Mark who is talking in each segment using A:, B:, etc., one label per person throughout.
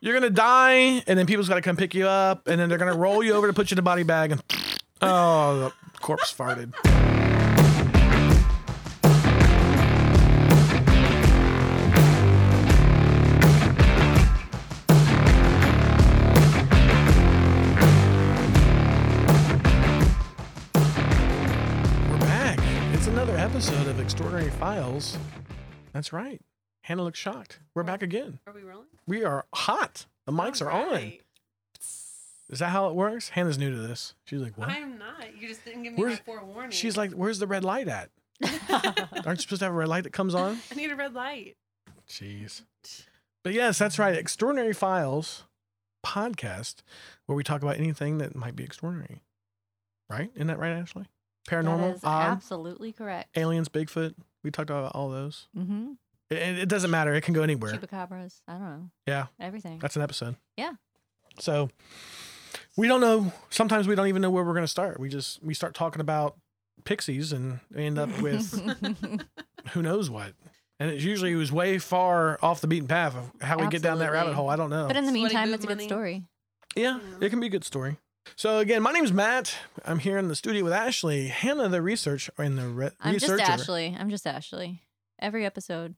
A: You're gonna die, and then people's gotta come pick you up, and then they're gonna roll you over to put you in a body bag, and oh, the corpse farted. We're back. It's another episode of Extraordinary Files. That's right. Hannah looks shocked. We're back again.
B: Are we rolling?
A: We are hot. The mics are on.
B: Alright.
A: Is that how it works? Hannah's new to this. She's like, what?
B: I'm not. You just didn't give me
A: Where's-
B: a forewarning.
A: She's like, where's the red light at? Aren't you supposed to have a red light that comes on?
B: I need a red light.
A: Jeez. But yes, that's right. Extraordinary Files podcast, where we talk about anything that might be extraordinary. Right? Isn't that right, Ashley?
C: That
A: Paranormal,
C: is
A: odd,
C: absolutely correct.
A: aliens, Bigfoot. We talked about all those.
C: Mm-hmm.
A: It- It, it doesn't matter. It can go anywhere.
C: Chupacabras. I don't know.
A: Yeah.
C: Everything.
A: That's an episode.
C: Yeah.
A: So we don't know. Sometimes we don't even know where we're going to start. We just we start talking about pixies and we end up with who knows what. And it's usually it was way far off the beaten path of how we get down that rabbit
C: Absolutely.
A: hole. I don't know.
C: but in the
B: Sweaty
C: meantime,
B: boob
C: it's a good
B: money.
C: story.
A: yeah, it can be a good story. So again, my name's Matt. I'm here in the studio with Ashley, Hannah, the research in the re-
C: I'm
A: researcher,
C: just Ashley. I'm just Ashley. Every episode.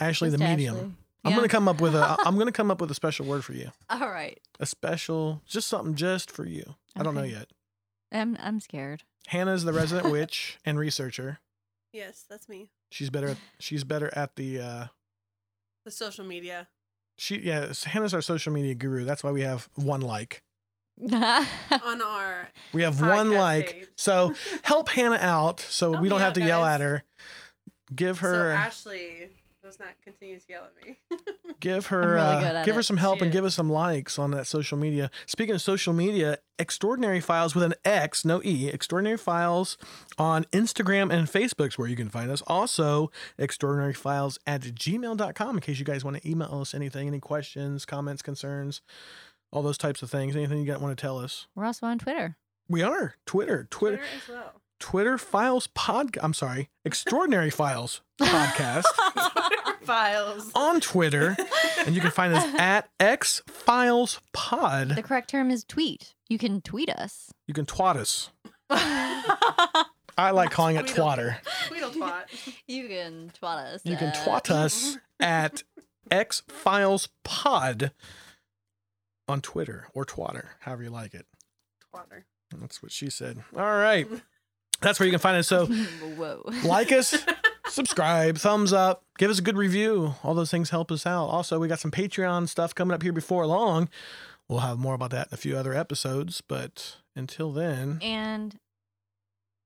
A: Ashley, the
C: just
A: medium.
C: Ashley.
A: I'm
C: Yeah.
A: gonna come up with a. I'm gonna come up with a special word for you.
C: All right.
A: A special, just something just for you. I don't know
C: Okay.
A: yet.
C: I'm I'm scared.
A: Hannah's the resident witch and researcher.
B: Yes, that's me.
A: She's better. At, she's better at the. Uh,
B: The social media.
A: she yeah. Hannah's our social media guru. That's why we have one like.
B: On our
A: We have one
B: Podcast
A: like.
B: page.
A: So help Hannah out so
B: Help
A: we don't
B: me
A: have
B: out,
A: to yell
B: guys.
A: at her. Give
B: so
A: her
B: Ashley does not continue to yell at me.
A: give her
C: really good
A: uh,
C: at
A: give her
C: it.
A: some help
B: She
A: and
B: is.
A: give us some likes on that social media. Speaking of social media, extraordinary files with an X, no E, extraordinary files on Instagram and Facebook's where you can find us. Also, extraordinary files at gmail.com in case you guys want to email us anything, any questions, comments, concerns, all those types of things, anything you got want to tell us.
C: We're also on Twitter.
A: We are Twitter, Twitter,
B: Twitter as well.
A: Twitter Files podcast. I'm sorry, Extraordinary Files podcast
B: Twitter files.
A: on Twitter, and you can find us at X Files Pod.
C: The correct term is tweet. You can tweet us.
A: You can twat us.
C: you
A: I like calling it
B: We don't-
A: twatter.
B: Tweedlepot.
C: can twat us. Uh,
A: You can
C: at-
A: twat us at X Files Pod on Twitter or twatter, however you like it.
B: Twatter.
A: That's what she said. All right, that's where you can find us. So
C: Whoa.
A: like us subscribe thumbs up give us a good review all those things help us out also we got some patreon stuff coming up here before long we'll have more about that in a few other episodes but until then
C: And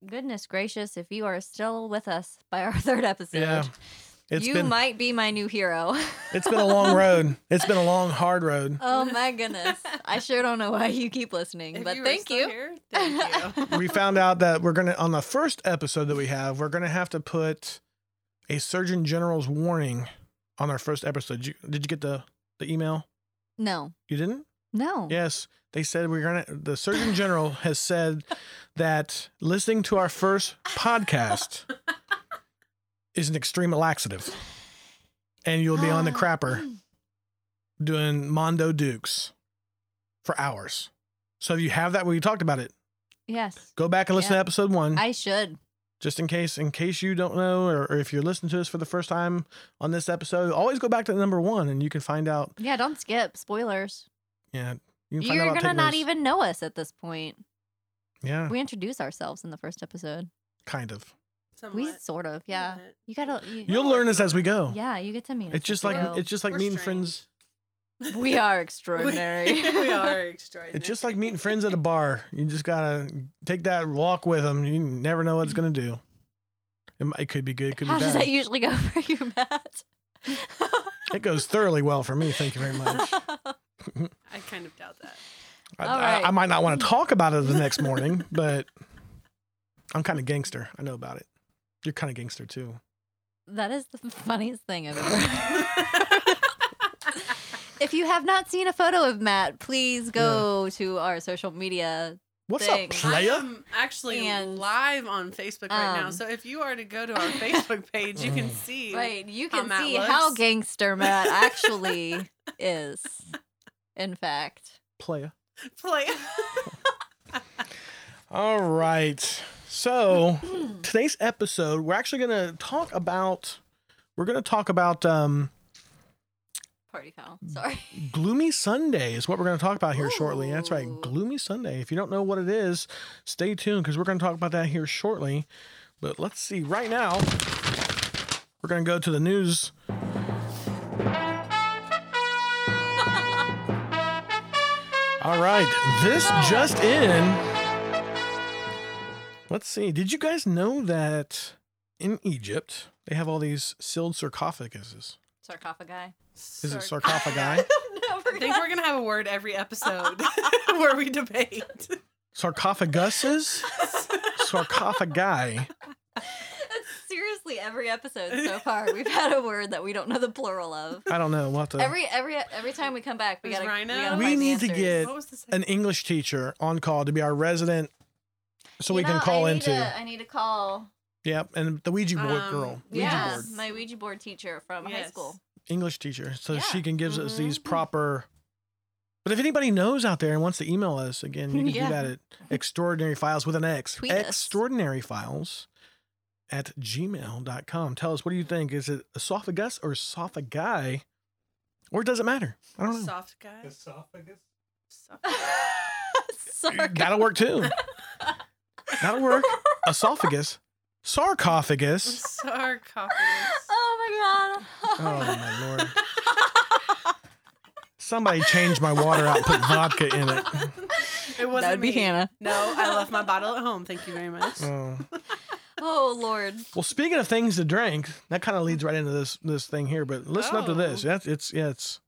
C: goodness gracious, if you are still with us by our third episode,
A: Yeah, it's
C: you
A: been
C: might be my new hero.
A: it's been a long road it's been a long hard road
C: oh my goodness. I sure don't know why you keep listening,
B: If
C: but
B: were
C: thank
B: still
C: you.
B: here, thank you.
A: we found out that we're gonna on the first episode that we have we're gonna have to put a surgeon general's warning on our first episode did you, did you get the the email
C: No.
A: you didn't
C: No.
A: Yes, they said we're gonna. The Surgeon General has said that listening to our first podcast is an extreme laxative, and you'll be on the
C: Mm,
A: crapper doing Mondo Dukes for hours. So if you have that, we talked about it.
C: Yes.
A: Go back and listen to
C: Yeah.
A: episode one,
C: I should.
A: just in case. In case you don't know, or, or if you're listening to us for the first time on this episode, always go back to number one, and you can find out.
C: Yeah, don't skip. Spoilers.
A: Yeah, you can find
C: You're
A: out
C: going
A: about
C: to not
A: takeaways.
C: even know us at this point.
A: Yeah,
C: We introduce ourselves in the first episode.
A: kind of.
C: We
B: Somewhat.
C: sort of, yeah.
B: Somewhat.
C: You got to. You,
A: You'll learn this as we go.
C: Yeah, you get to meet us.
A: It's just
C: as
A: like
C: we go.
A: it's just like
B: We're
A: meeting
B: strange.
A: friends.
C: we are extraordinary.
B: We, we are extraordinary.
A: It's just like meeting friends at a bar. You just gotta take that walk with them. You never know what it's gonna do. It, might- it could be good. It could be
C: How does that
A: bad.
C: usually go for you, Matt?
A: It goes thoroughly well for me. Thank you very much.
B: I kind of doubt that.
A: I,
C: All
A: I-
C: right.
A: I might not want to talk about it the next morning, but I'm kind of gangster. I know about it. You're kind of gangster too.
C: That is the funniest thing I've ever If you have not seen a photo of Matt, please go to our social media.
A: What's
C: Thanks.
A: up,
B: I
A: playa?
B: am actually
C: And,
B: live on Facebook right now.
C: um,
B: So if you are to go to our Facebook page, you
A: Mm.
B: can see
C: Right, you
B: How
C: can
B: Matt
C: see how
B: looks.
C: gangster Matt actually is. in fact.
A: Playa.
B: Play.
A: All right. So today's episode, we're actually going to talk about. We're going to talk about um,
C: Party foul.
A: Mm.
C: Sorry.
A: Gloomy Sunday is what we're going to talk about here shortly. That's right,
C: Ooh.
A: Gloomy Sunday. If you don't know what it is, stay tuned because we're going to talk about that here shortly. But let's see. Right now, we're going to go to the news. All right, this just in. Let's see. Did you guys know that in Egypt they have all these sealed sarcophaguses?
C: Sarcophagi.
A: Is it sarcophagi?
C: no,
B: I think we're gonna have a word every episode where we debate.
A: sarcophaguses sarcophagi
C: Seriously, every episode so far, we've had a word that we don't know the plural of.
A: i don't know we'll have to
C: Every every every time we come back, we
B: Is
C: gotta
B: rhino?
C: We, gotta
A: We
C: find the
A: need to
C: answers.
A: get-
B: What was the second?
A: an english teacher on call to be our resident so we
C: You
A: can
C: know,
A: call
C: I need
A: into
C: to- I need to call.
A: yep and the ouija board
B: Um,
A: girl ouija
C: Yeah,
A: board
C: my Ouija board teacher from high
B: Yes.
C: school.
A: english teacher so
C: Yeah. Mm-hmm.
A: she can give us these
B: Mhm.
A: proper but if anybody knows out there and wants to email us again you can
B: Yeah.
A: do that at extraordinary files with an x
C: Tweet us.
A: extraordinary files at gmail.com tell us what do you think is it esophagus or esophagi or does it matter i don't know
B: Soft guy.
D: Esophagus?
B: Soft-
C: Sorry.
A: That'll work too. That'll work. Esophagus. Sarcophagus.
B: Sarcophagus.
C: Oh my
A: Oh
C: god.
A: my lord. Somebody changed my water out, put vodka in it.
B: It wasn't
C: that would be
B: me.
C: Hannah.
B: No, I left my bottle at home. Thank you very much.
A: Oh.
C: Oh lord.
A: Well, speaking of things to drink, that kind of leads right into this this thing here. But listen up to this.
B: Oh.
A: That's it's yeah, it's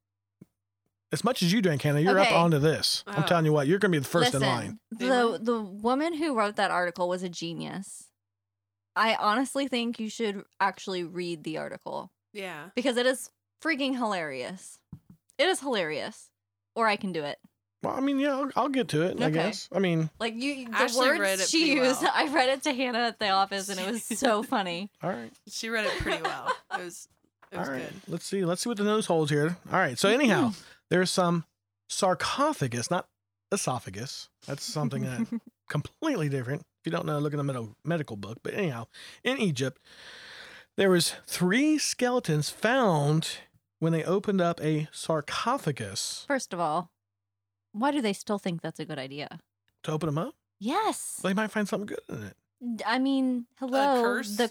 A: as much as you drink, Hannah. You're up
C: Okay.
A: onto this. I'm
B: Oh.
A: telling you what, you're gonna be the first
C: Listen,
A: in line.
C: The the woman who wrote that article was a genius. I honestly think you should actually read the article
B: Yeah.
C: because it is freaking hilarious. It is hilarious. Or I can do it.
A: Well, I mean, yeah, I'll, I'll get to it. I
C: Okay.
A: guess. I mean,
C: Like you, the
B: Ashley
C: words
B: read it
C: she
B: pretty
C: used.
B: well.
C: I read it to Hannah at the office, and it was so funny.
A: all right.
B: She read it pretty well. It was it
A: All
B: was
A: right,
B: good. Mm-hmm.
A: let's see. Let's see what the nose holds here. All right. So anyhow, there's some sarcophagus, not esophagus. That's something that completely different. If you don't know, look in the med- medical book. But anyhow, in Egypt, there was three skeletons found when they opened up a sarcophagus
C: First of all, why do they still think that's a good idea?
A: to open them up.
C: Yes.
A: They might find something good in it.
C: D- I mean, hello.
B: A curse.
C: The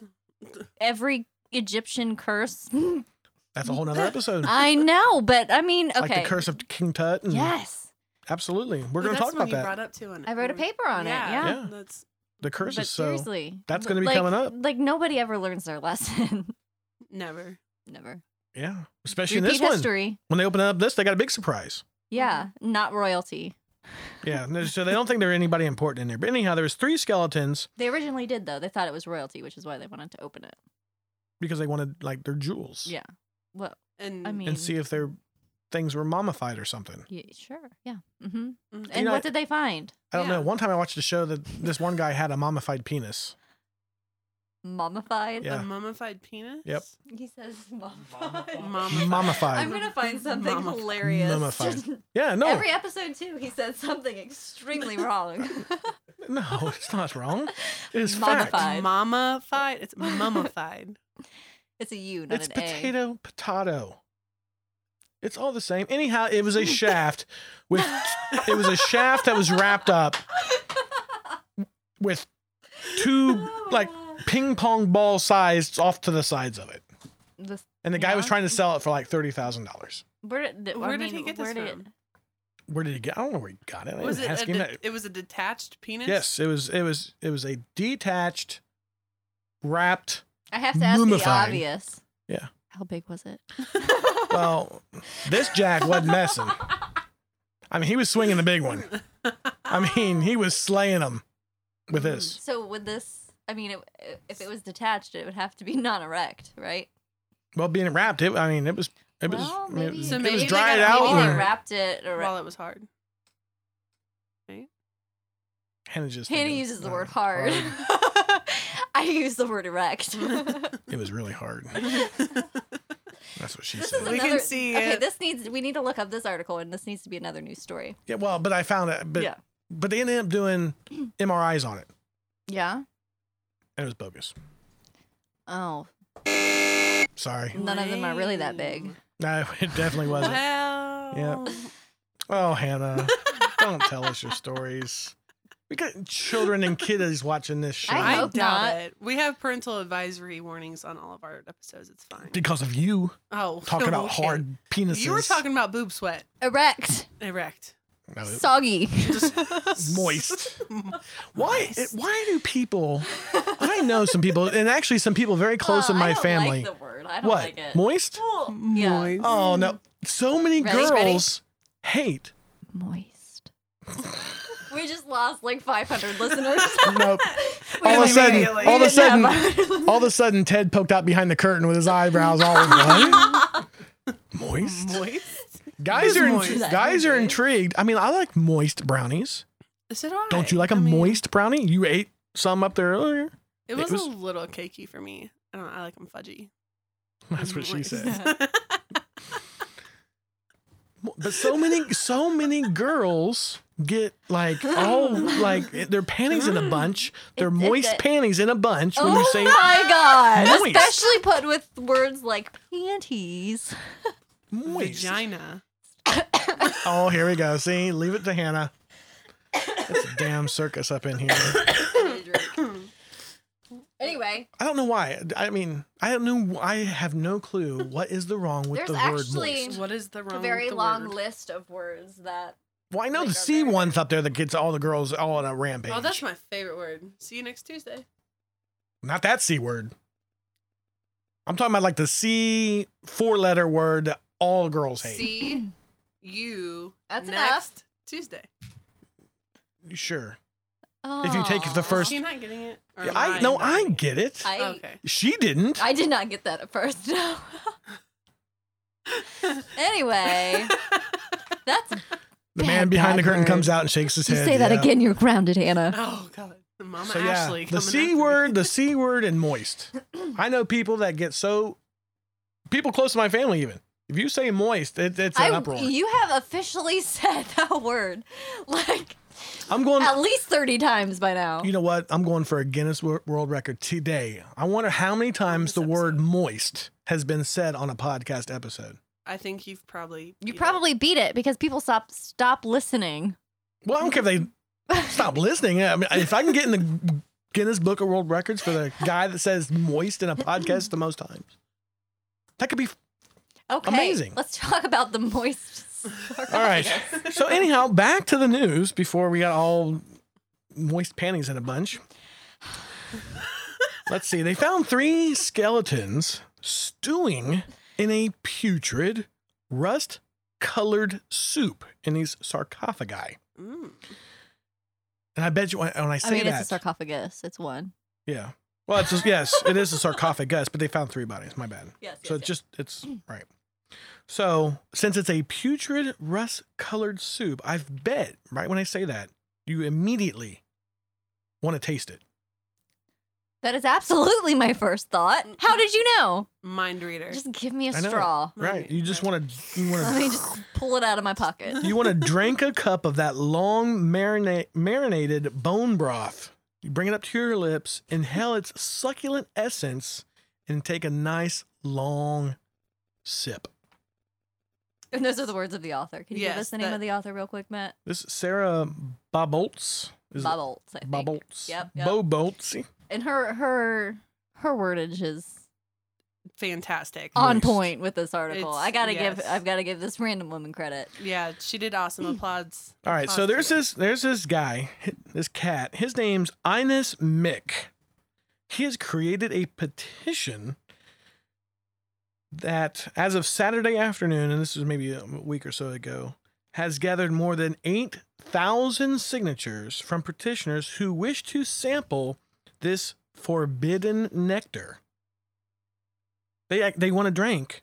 C: every Egyptian curse.
A: That's a whole nother episode.
B: Ah,
C: I know, but I mean, okay.
A: Like the curse mm. of King Tut. And
C: Yes.
A: Absolutely. We're
B: Ooh,
A: going to
B: that's
A: talk
B: the
A: about
B: one you
A: that.
B: brought up too. On
C: I wrote a paper on it. Yeah.
A: Yeah.
B: That's
A: The curse
C: But
A: is so.
C: seriously.
A: that's gonna be
C: like-
A: coming up.
C: Like nobody ever learns their lesson.
B: never.
C: Never.
A: Yeah. Especially
C: Repeat
A: in this one.
C: history.
A: When they open up this, they got a big surprise.
C: Yeah. Not royalty.
A: Yeah, no, so they don't think there are anybody important in there. But anyhow, there was three skeletons
C: They originally did though. They thought it was royalty, which is why they wanted to open it.
A: because they wanted like their jewels.
C: Yeah. Well,
B: And
C: I mean,
A: and see if their things were mummified or something.
C: yeah, sure. Yeah. hmm
B: Mhm.
C: And
A: know,
C: what did they find?
A: I don't know.
B: Yeah.
A: One time I watched a show that this one guy had a mummified penis.
C: Mummified.
A: Yeah.
B: a mummified penis.
A: Yep.
C: He says
D: Mummified.
B: Mummified.
A: Mummified.
C: I'm gonna find something
B: Mummified.
C: hilarious.
A: Mummified. yeah, no,
C: Every episode too, he says something extremely wrong.
A: no, it's not wrong. It is fact.
C: Mummified.
B: Mummified. It's mummified.
C: it's a U, not
A: It's
C: an
A: potato, potato. It's all the same. Anyhow, it was a shaft with it was a shaft that was wrapped up
C: Oh
A: with two like ping pong ball sized off to the sides of it.
C: A. This,
A: And the guy was
C: Yeah.
A: trying to sell it for like thirty thousand dollars.
C: where did, th- I
B: Where did he
C: mean,
B: get
C: where
B: this
C: did it-
B: from?
A: Where did he get? I don't know where he got it. I
B: Was
A: didn't
B: it? A
A: ask him
B: de-
A: that.
B: it was a detached penis.
A: Yes, it was. It was. It was a detached, wrapped.
C: I have to ask the
A: Mummified.
C: obvious.
A: Yeah.
C: How big was it?
A: Well, this Jack wasn't messing. I mean, he was swinging the big one. I mean, he was slaying them with
C: Mm.
A: this.
C: So would this? I mean, it, if it was detached, it would have to be non-erect, right?
A: Well, being wrapped, it. I mean, it was. It was.
C: Well,
A: I mean, it
C: maybe-
A: was-
B: So
A: it
B: maybe
A: was
B: they
A: dried
B: got
A: out.
C: Maybe they
A: and-
B: or-
C: wrapped it. Or,
B: While it was hard.
A: Hannah just.
C: Hannah
A: thinking,
C: uses the
A: uh,
C: word hard. I use the word erect.
A: It was really hard. That's what she
C: This
A: said.
C: is
B: We can
C: another,
B: see
C: Okay,
B: it.
C: this needs we need to look up this article and this needs to be another news story.
A: Yeah, well, but I found it. But
C: yeah.
A: but they ended up doing MRIs on it,
C: Yeah.
A: and it was bogus.
C: Oh,
A: Sorry,
C: none of them are really that big.
B: Lame.
A: no, it definitely wasn't.
B: Wow.
A: Oh, Hannah, don't tell us your stories. We got children and kiddies watching this show
B: I,
C: I hope
B: doubt
C: not.
B: it. We have parental advisory warnings on all of our episodes. It's fine.
A: because of you
B: Oh,
A: talking about
B: okay.
A: hard penises.
B: You were talking about boob sweat.
C: erect,
B: Erect.
A: No, Oh, it-
C: soggy.
B: Just-
A: moist. Why?
B: Moist.
A: Why do people? I know some people, and actually some people very close
C: Oh,
A: in
C: I
A: my
C: don't
A: family.
C: Like the word. I don't
A: what?
C: like it.
A: Moist?
C: Yeah.
B: Moist.
A: Oh no! So many
C: Ready?
A: girls hate.
C: Moist. we just lost like 500 listeners.
A: Nope.
C: We
A: all of a
C: didn't-
A: sudden,
B: immediately-
A: all of
C: we
A: a
C: didn't
A: sudden,
C: have 500
A: all of a sudden, Ted poked out behind the curtain with his eyebrows all what? moist.
B: Moist.
A: Guys are
B: Moist.
A: int- guys are intrigued. I mean, I like moist brownies.
B: So do I.
A: Don't you like a
B: I mean,
A: moist brownie? You ate some up there earlier.
B: It
A: It
B: was,
A: was-
B: a little cakey for me. I don't know. I like them fudgy.
A: That's what she
B: Moist.
A: said. But so many, so many girls get like all like their panties in a bunch. Their
C: It's- it's
A: moist
C: a-
A: panties in a bunch when
C: oh
A: you say
C: my god!
A: Moist.
C: Especially put with words like panties.
A: moist.
B: Vagina.
A: Oh, here we go. See, leave it to Hannah. It's a damn circus up in here.
C: anyway,
A: I don't know why. I mean, I don't know. I have no clue what is the wrong with
C: There's
A: the
C: actually-
A: word moist.
B: What is the wrong?
C: a
B: with
C: very
B: the
C: long
B: word?
C: list of words that
A: Well, I know the
C: Like, are
A: C
C: there-
A: one's up there that gets all the girls all on a rampage.
B: Oh, that's my favorite word. See you next Tuesday.
A: Not that C word. I'm talking about like the C four letter word that all girls hate.
B: See you
C: That's enough.
B: next Tuesday.
A: Sure. If you take the
C: Aw.
A: First-
B: Is she not getting it? Or am
A: I no,
B: not
A: I
B: getting
A: get it.
C: Oh, I
B: Okay.
A: she didn't.
C: I did not get that at first. No. anyway, that's
A: the
C: bad,
A: man behind the
C: bad
A: curtain
C: word.
A: comes out and shakes his
C: you
A: head.
C: say that
A: yeah.
C: again, you're grounded, Hannah.
B: oh God, Mama
A: So yeah,
B: Ashley.
A: the
B: coming
A: c
B: after me.
A: word, the c word, and moist. I know people that get so people close to my family even. If you say moist, it, it's an
C: I,
A: uproar.
C: you have officially said that word like
A: I'm going.
C: at least 30 times by
B: Oh.
C: now.
A: You know what? I'm going for a Guinness Wor- World Record today. I wonder how many times
B: This
A: the word
B: episode.
A: moist has been said on a podcast episode.
B: I think you've probably.
C: You
B: beat it.
C: probably beat it because people stop stop listening.
A: Well, I don't care if they stop listening. I mean, if I can get in the Guinness Book of World Records for the guy that says moist in a podcast the most times, that could be
C: Okay.
A: Amazing.
C: Let's talk about the moist.
A: All right. So anyhow, back to the news before we got all moist panties in a bunch. Let's see. They found three skeletons stewing in a putrid, rust-colored soup in these sarcophagi.
B: Mm.
A: And I bet you when, when I say
C: I mean,
A: that,
C: it's a sarcophagus. It's one.
A: yeah. Well, it's just, yes, it is a sarcophagus, but they found three bodies. My bad.
C: Yes.
A: So it's just it's right. So since it's a putrid rust colored soup, I bet right when I say that you immediately want to taste it.
C: that is absolutely my first thought. How did you know?
B: Mind reader.
C: Just give me a
A: I know.
C: straw.
A: Right? You just want to you
C: Let me
A: want
C: just pull it out of my pocket.
A: to you want to drink a cup of that long marinate marinated bone broth. You bring it up to your lips, inhale its succulent essence, and take a nice long sip.
C: And those are the words of the author. Can you give
B: Yes,
C: us the name
B: that-
C: of the author real quick, Matt?
A: This is Sarah Bobolts is it
C: Bobolts, I think.
A: Bobolts.
C: Yep, yep.
A: Bobolts.
C: And her her her wordage is
B: fantastic.
A: Oh.
C: on
A: Moist.
C: point with this article.
B: It's-
C: I gotta give
B: yes.
C: I've gotta give this random woman credit.
B: Yeah, she did awesome.
C: Mm.
B: Applauds.
A: All right, so
B: Talk to
A: there's
B: you.
A: this there's this guy, this cat. His name's Ines Mick. He has created a petition that, as of Saturday afternoon, and this was maybe a week or so ago, has gathered more than eight thousand signatures from petitioners who wish to sample this forbidden nectar. They they want to drink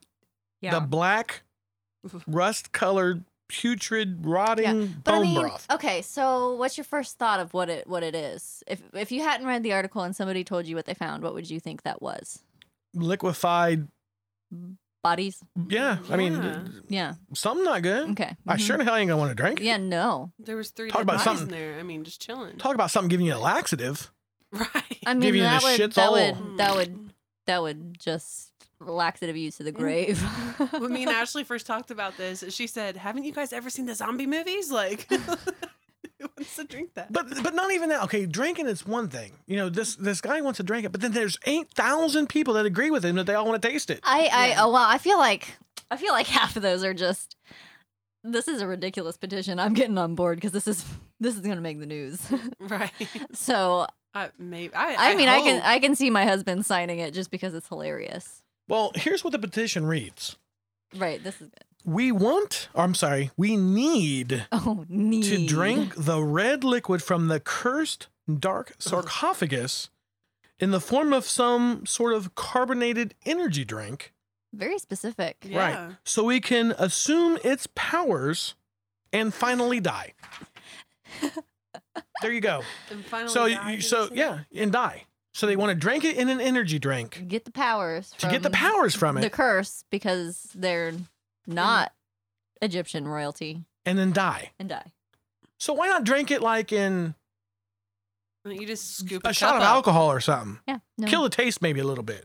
A: the black, rust-colored, putrid, rotting
C: But
A: bone
C: I mean,
A: broth.
C: okay. So, what's your first thought of what it what it is? If if you hadn't read the article and somebody told you what they found, what would you think that was?
A: liquefied
C: bodies.
A: Yeah, I mean,
B: Yeah.
C: Yeah.
A: something not good.
C: Okay.
A: Hmm. I
C: Mhm.
A: sure in hell ain't gonna want to drink.
C: Yeah. No.
B: There was three
A: Talk
B: dead
A: about
B: bodies
A: something-
B: in there. I mean, just chilling.
A: Talk about something giving you a laxative.
B: right.
C: I
A: Give
C: mean
A: you the
C: that would
A: shits
C: that
A: all.
B: Hmm.
C: would that would that would just laxative you to
B: Hmm.
C: the grave.
B: when me and Ashley first talked about this, she said, "Haven't you guys ever seen the zombie movies? Like, who wants to drink that?"
A: But but not even that. Okay, drinking is one thing. You know, this this guy wants to drink it, but then there's eight thousand people that agree with him that they all want to taste it.
C: I I
B: Yeah.
C: oh wow, I feel like I feel like half of those are just this is a ridiculous petition. I'm getting on board because this is this is gonna make the news.
B: right.
C: so
B: I maybe. I,
C: I, mean I can
B: hope.
C: I can see my husband signing it just because it's hilarious.
A: Well, here's what the petition reads.
C: Right, this is good.
A: We want, or I'm sorry, we need
C: Oh need
A: to drink the red liquid from the cursed dark sarcophagus in the form of some sort of carbonated energy drink.
C: very specific.
B: Yeah.
A: Right. So we can assume its powers and finally die. there you go.
B: And finally,
A: So
B: die,
A: you,
B: did
A: so
B: you say?
A: yeah, and die. So they want to drink it in an energy drink
C: Get the powers
A: to get the
C: from
A: powers from
C: the
A: it
C: curse because they're not
A: Mm.
C: Egyptian royalty
A: and then die.
C: and die.
A: So why not drink it like in
B: Why don't You just scoop
A: a shot of alcohol or something?
C: Yeah. No.
A: Kill the taste maybe a little bit.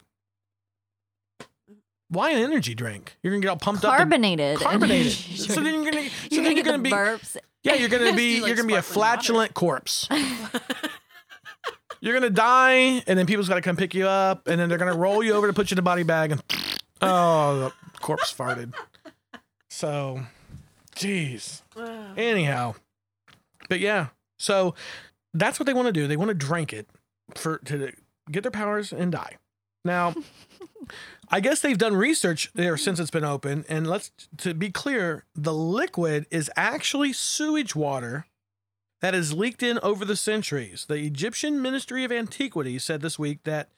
A: Why an energy drink? You're gonna get all pumped up.
C: carbonated.
A: And carbonated.
C: Sure.
A: so then you're gonna, so
C: you're
A: then you're
C: gonna get
A: gonna
C: the
A: be,
C: burps.
A: yeah, you're gonna
B: Just
A: be,
B: do, like,
A: you're gonna be a
B: sparkling water.
A: flatulent corpse.
B: alcohol.
A: You're gonna die, and then people's gotta come pick you up, and then they're gonna roll you over to put you in a body bag, and oh, the corpse farted. So, jeez. Anyhow, but yeah, so that's what they want to do. They want to drink it for to get their powers and die. Now, I guess they've done research there since it's been open, and let's to be clear, the liquid is actually sewage water that has leaked in over the centuries. The Egyptian Ministry of Antiquities said this week that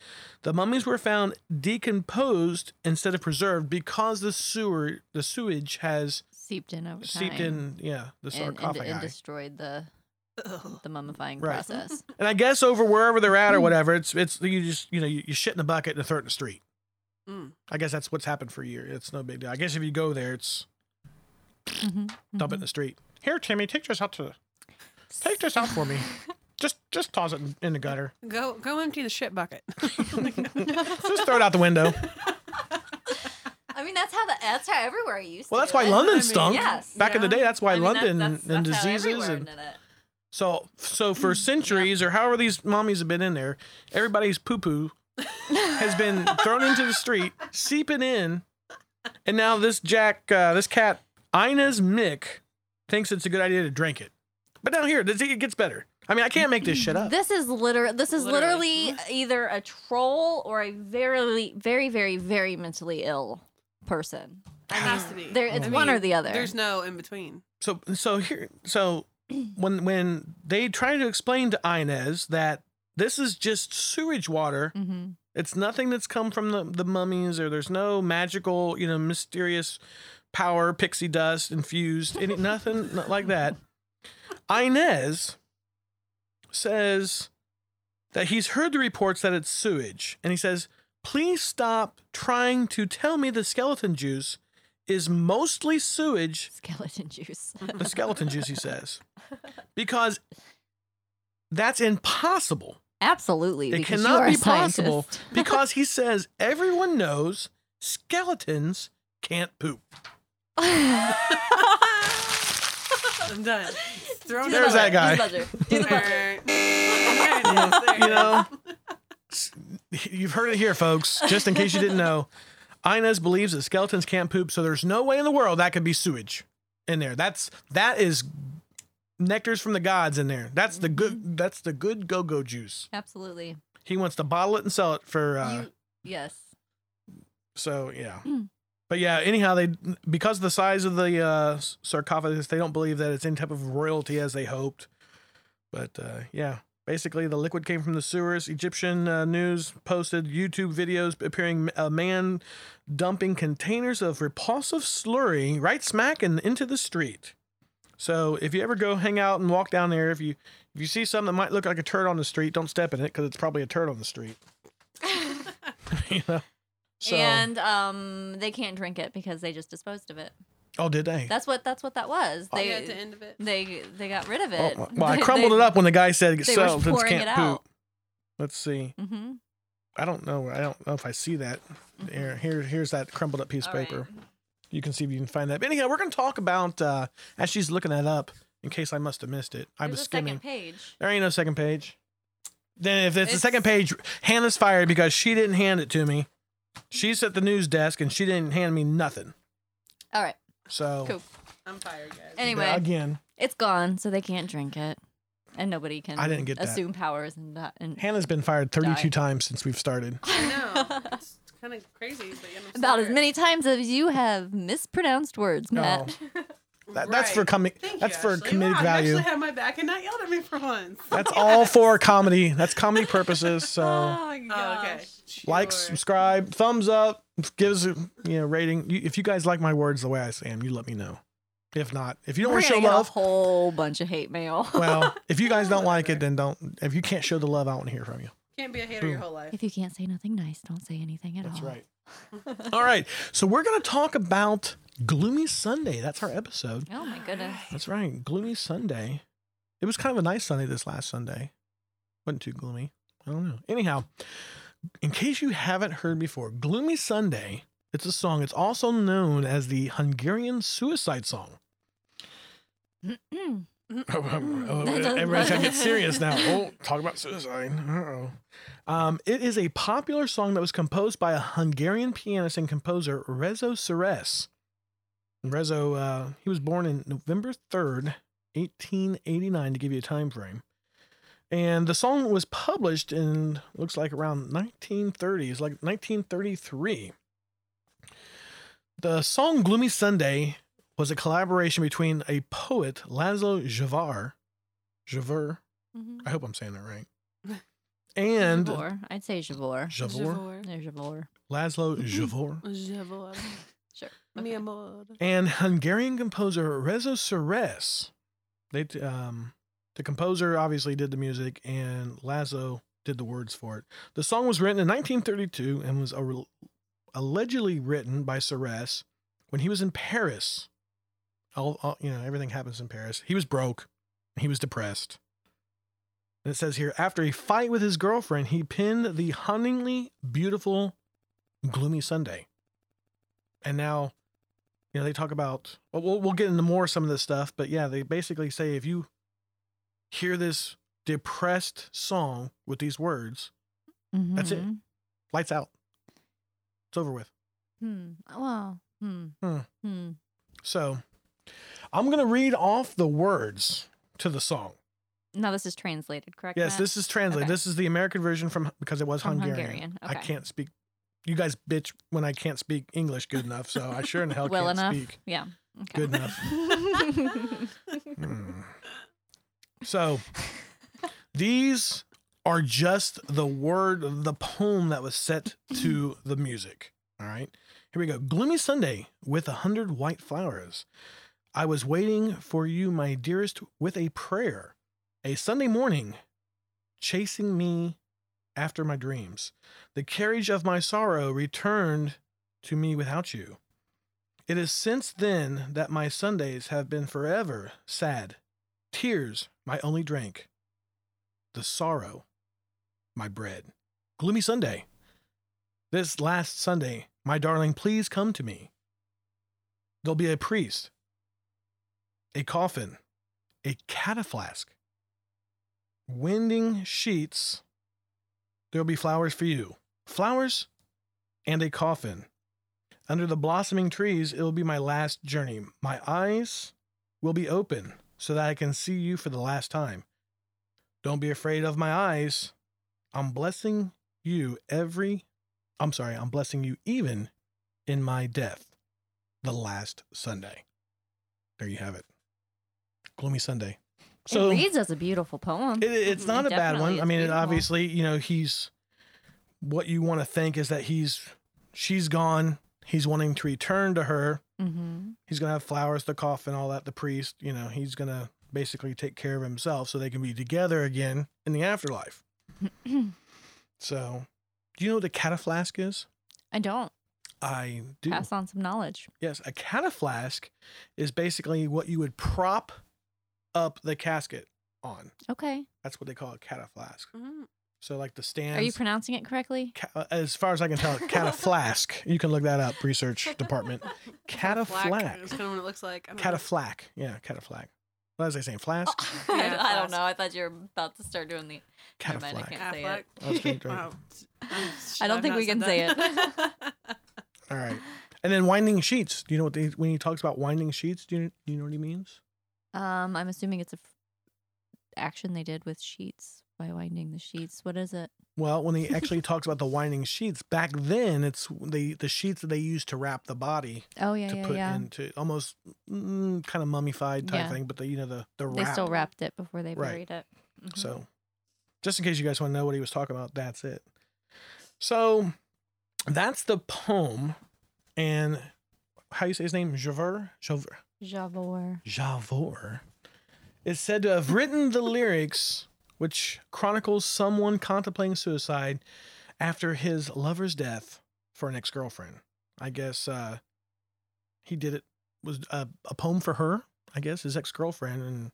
A: the mummies were found decomposed instead of preserved because the sewer the sewage has
C: Seeped in over time.
A: seeped in yeah the
C: and- and, and,
A: sarcophagi
C: destroyed the
B: Ugh.
C: the mummifying
A: Right.
C: process.
A: and i guess over wherever they're at or
C: Hmm.
A: whatever it's it's you just you know you, you shit in a bucket and throw it in the street
B: Mm.
A: i guess that's what's happened for years it's no big deal i guess if you go there it's
C: Mhm,
A: dump it in the street here timmy take this out to take this out for me just just toss it in, in the gutter
B: Go go empty the shit bucket.
A: just throw it out the window
C: mhm. I mean, that's how the that's how everywhere it used
A: well
C: to.
A: that's why
C: do it.
A: london
B: I mean,
A: stunk
C: yes.
A: back in the
B: Yeah.
A: day that's why
C: I mean, that's-
A: london
C: that's-
A: and
C: that's how
A: diseases
C: everywhere
A: and
C: did it.
A: so so for centuries or however these mommies have been in there everybody's poo poo has been thrown into the street, seeping in, and now this Jack, uh, this cat, Ina's Mick, thinks it's a good idea to drink it. But now here, this- it gets better. I mean, I can't make this shit up.
C: This is literally this is
B: Literally.
C: literally. either a troll or a very very very very mentally ill person.
B: It has to be.
C: There, it's
B: I
C: one
B: mean,
C: or the other.
B: There's no in between.
A: So so here so when when they try to explain to Inez that this is just sewage water,
C: mm-hmm.
A: it's nothing that's come from the, the mummies or there's no magical, you know, mysterious power, pixie dust infused, any, nothing like that. Inez says that he's heard the reports that it's sewage. And he says, please stop trying to tell me the skeleton juice is mostly sewage.
C: skeleton juice.
A: The skeleton juice, he says, because that's impossible
C: Absolutely,
A: it
C: because you
A: cannot
C: are
A: be
C: a
A: possible
C: scientist.
A: because he says everyone knows skeletons can't poop.
B: I'm done. Thrown
C: Do the
A: There's
C: buzzer,
A: that guy.
C: Do the buzzer. Do the buzzer.
A: You know, s- you've heard it here, folks. Just in case you didn't know, Inez believes that skeletons can't poop, so there's no way in the world that could be sewage in there. That's that is nectars from the gods in there. That's the good. That's the good go-go juice.
C: Absolutely.
A: He wants to bottle it and sell it for. Uh,
C: you, yes.
A: So yeah.
C: Mm.
A: But yeah, anyhow, they because of the size of the uh, sarcophagus, they don't believe that it's any type of royalty as they hoped. But uh, yeah, basically, the liquid came from the sewers. Egyptian uh, news posted YouTube videos appearing a man dumping containers of repulsive slurry right smack in, into the street. So if you ever go hang out and walk down there, if you if you see something that might look like a turd on the street, don't step in it because it's probably a turd on the street. you know. So,
C: and um, they can't drink it because they just disposed of it.
A: oh, did they?
C: That's what that's what that was.
B: They,
C: They
B: Oh, at the end of it.
C: they they got rid of
A: Oh,
C: it.
A: well, I crumbled it up when the guy said
C: they were
A: so since
C: pouring
A: can't
C: it
A: poop.
C: out.
A: Let's see.
C: Mm-hmm.
A: I don't know. I don't know if I see that. Here, here here's that crumbled up piece of paper. You can see if you can find that. But anyhow, we're going to talk about uh, as she's looking that up. In case I must have missed it, I was skimming.
C: second page.
A: There ain't no second page. Then if it's, the
B: It's-
A: second page, Hannah's fired because she didn't hand it to me. She's at the news desk and she didn't hand me nothing.
C: All right.
A: So
C: Cool.
B: I'm fired, guys.
C: Anyway,
A: uh, again,
C: it's gone, so they can't drink it, and nobody can.
A: I didn't get that.
C: assume powers and that. And
A: Hannah's been fired 32
C: Die.
A: times since we've started.
B: I know. It's kind of crazy, but yeah, I'm still
C: About as
B: here.
C: many times as you have mispronounced words, Matt.
A: That, That's for
B: Right.
A: coming.
B: Thank
A: That's
B: you,
A: for
B: Ashley.
A: comedic
B: wow, you
A: value.
B: actually had my back and not yelled at me for once.
A: That's uh, all for comedy. That's comedy purposes. So
C: my
B: Oh, okay.
A: like,
B: Sure.
A: subscribe, thumbs up, give us a you know rating. You, if you guys like my words the way I say 'em, you let me know. If not, if you don't
C: We're
A: want to show
C: gonna get a
A: love,
C: whole bunch of hate mail.
A: well, if you guys don't like it, then don't. If you can't show the love, I don't want to hear from you.
B: Can't be a hater your
A: Boom.
B: whole life.
C: if you can't say nothing nice, don't say anything at
A: That's
C: all.
A: right. All right. So we're going to talk about Gloomy Sunday. That's our episode.
C: Oh my goodness.
A: That's right. Gloomy Sunday. It was kind of a nice Sunday this last Sunday. Wasn't too gloomy. I don't know. Anyhow, in case you haven't heard before, Gloomy Sunday, it's a song. It's also known as the Hungarian suicide song.
C: Mm.
A: Oh, Everybody's got to get serious now. Oh, talk about suicide. Uh-oh. Um, it is a popular song that was composed by a Hungarian pianist and composer, Rezo Seres. Rezo, uh, he was born in November 3rd, 1889, to give you a time frame. And the song was published in, looks like around 1930s, like 1933. The song Gloomy Sunday was a collaboration between a poet, Laszlo Javar, Javor,
C: Mhm.
A: I hope I'm saying that right, and
C: Javor. I'd say Javor.
A: Javor,
C: There's Javor.
A: Laszlo Javor,
B: Javor.
C: Sure.
B: Mi
C: Okay.
B: amor.
A: and Hungarian composer Rezo Seres. They, t- um, the composer obviously did the music, and Laszlo did the words for it. The song was written in 1932 and was al- allegedly written by Seres when he was in Paris. All, all you know, everything happens in Paris. He was broke. He was depressed. And it says here, after a fight with his girlfriend, he penned the hauntingly beautiful gloomy Sunday. And now, you know, they talk about. Well, we'll, we'll get into more some of this stuff, but yeah, they basically say if you hear this depressed song with these words, That's it.
C: Mhm.
A: lights out. It's over with.
C: Hmm. Well. Hmm.
A: Hmm.
C: Hmm.
A: So I'm going to read off the words to the song.
C: Now this is translated, correct?
A: Yes,
C: Matt?
A: this is translated.
C: Okay.
A: This is the American version from because it was
C: From
A: Hungarian.
C: Hungarian,
A: I
C: okay.
A: can't speak. You guys bitch when I can't speak English good enough, so I sure in hell
C: well
A: can't
C: enough.
A: speak
C: Yeah.
A: good
C: Okay.
A: enough. Hmm. So these are just the word, the poem that was set to the music. All right. Here we go. Gloomy Sunday with a hundred white flowers. I was waiting for you, my dearest, with a prayer. A Sunday morning chasing me after my dreams. The carriage of my sorrow returned to me without you. It is since then that my Sundays have been forever sad. Tears, my only drink. The sorrow, my bread. Gloomy Sunday. This last Sunday, my darling, please come to me. There'll be a priest, a coffin, a cataflask, winding sheets. There'll be flowers for you. Flowers and a coffin. Under the blossoming trees, it will be my last journey. My eyes will be open so that I can see you for the last time. Don't be afraid of my eyes. I'm blessing you every, I'm sorry, I'm blessing you even in my death, the last Sunday. There you have it. Gloomy Sunday.
C: it reads as a beautiful poem.
A: It, it's
C: Mhm,
A: not a bad
C: definitely
A: one.
C: is
A: I mean, it
C: beautiful.
A: obviously, you know, he's what you want to think is that he's she's gone. He's wanting to return to her.
C: Mhm.
A: He's gonna have flowers, the coffin, all that. The priest, you know, he's gonna basically take care of himself so they can be together again in the afterlife. so, do you know what a cataflask is?
C: I don't.
A: I do.
C: Pass on some knowledge.
A: Yes, a cataflask is basically what you would prop up the casket on.
C: Okay.
A: That's what they call a cataflask.
B: Mm.
A: So like the stands.
C: Are you pronouncing it correctly?
A: ca- uh, as far as I can tell, cataflask. You can look that up, research department.
B: Flack. That's
A: Cataflack.
B: kind of what it looks like. I don't know.
A: Cataflack. Yeah, cataflack. What was I saying? Flask?
B: Yeah,
C: I don't
B: flask.
C: know. I thought you were about to start doing the. never mind, I
A: Cataflack.
C: can't say it.
A: I was gonna drink.
B: Wow. I'm-
C: I don't
B: I've
C: think
B: not
C: we
B: said
C: can say
B: that.
A: All right. And then winding sheets. Do you know what they, when he talks about winding sheets? Do you, do you know what he means?
C: Um, I'm assuming it's a f- action they did with sheets by winding the sheets. What is it?
A: Well, when he actually talks about the winding sheets, back then it's the the sheets that they used to wrap the body
C: Oh yeah,
A: to
C: yeah,
A: put
C: yeah.
A: into almost mm, kind of mummified type
C: Yeah.
A: thing, but the you know the the
C: They
A: wrap.
C: still wrapped it before they
A: Right.
C: buried it. Mhm.
A: So, just in case you guys want to know what he was talking about, that's it. So, that's the poem, and how you say his name? Javert. Javert.
C: Javor.
A: Javor is said to have written the lyrics, which chronicles someone contemplating suicide after his lover's death for an ex-girlfriend. I guess uh, he did it was a, a poem for her. I guess his ex-girlfriend, and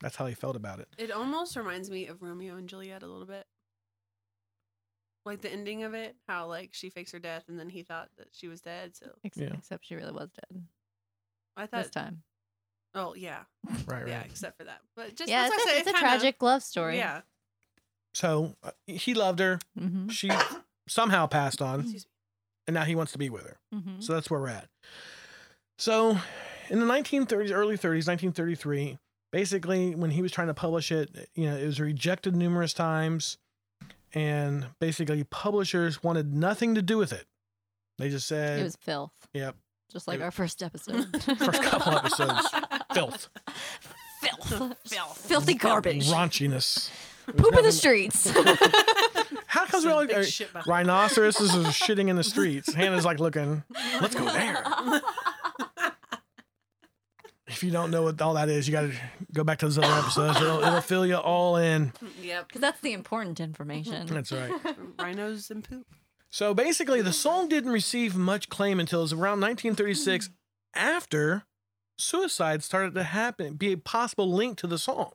A: that's how he felt about it.
B: It almost reminds me of Romeo and Juliet a little bit. Like the ending of it, how like she fakes her death and then he thought that she was dead. So
C: Ex-
A: Yeah.
C: Except she really was dead
B: I
C: this
B: thought,
C: time.
B: oh yeah,
A: Right, right.
B: yeah, except for that. But just
C: yeah,
B: that's
C: it's,
B: why I
C: a,
B: say
C: it's a
B: it kinda-
C: tragic love story.
B: Yeah,
A: So uh, he loved her.
C: Mm-hmm.
A: She somehow passed on,
B: excuse
A: and now he wants to be with her.
C: Mm-hmm.
A: So that's where we're at. So in the 1930s, early 30s, 1933, basically when he was trying to publish it, you know, it was rejected numerous times. And basically, publishers wanted nothing to do with it. They just said,
C: It was filth.
A: yep,
C: Just like
A: it-
C: our first episode.
A: First couple episodes. filth,
C: filth.
B: Filth.
C: Filthy garbage.
A: raunchiness. It was
C: Poop in the
A: nothing-
C: streets.
A: How comes
B: Some
A: we're all like,
B: big
A: uh,
B: shit behind-
A: rhinoceroses are shitting in the streets? Hannah's like looking, let's go there. If you don't know what all that is, you got to go back to those other episodes. It'll, itll fill you all in.
B: Yep,
C: Because that's the important information.
A: That's right.
B: rhinos and poop.
A: So basically, the song didn't receive much claim until it was around 1936, after suicide started to happen, be a possible link to the song.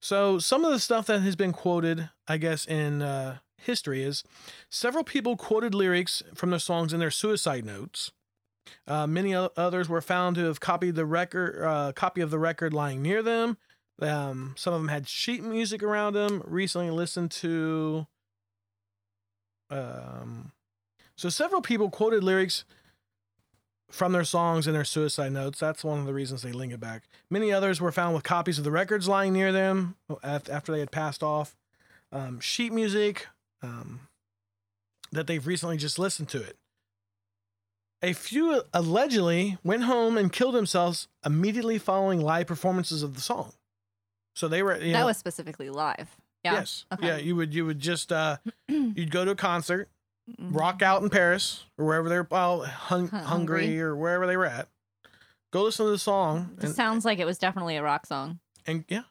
A: So some of the stuff that has been quoted, I guess, in uh, history is several people quoted lyrics from their songs in their suicide notes. Uh, many o- others were found to have copied the record, uh, copy of the record lying near them. Um, some of them had sheet music around them. Recently listened to um, so several people quoted lyrics from their songs in their suicide notes. That's one of the reasons they link it back. Many others were found with copies of the records lying near them oh, af- after they had passed off. Um, sheet music um, that they've recently just listened to it. A few allegedly went home and killed themselves immediately following live performances of the song. So they were. You
C: That
A: know,
C: was specifically live. Yeah.
A: Yes.
C: Okay.
A: Yeah. You would. You would just. Uh, you'd go to a concert
C: Mm-hmm.
A: Mm-hmm. rock out in Paris or wherever they're well, hung,
C: Hun-
A: Hungary
C: hungry.
A: or wherever they were at. Go listen to the song.
C: It sounds like it was definitely a rock song.
A: and yeah,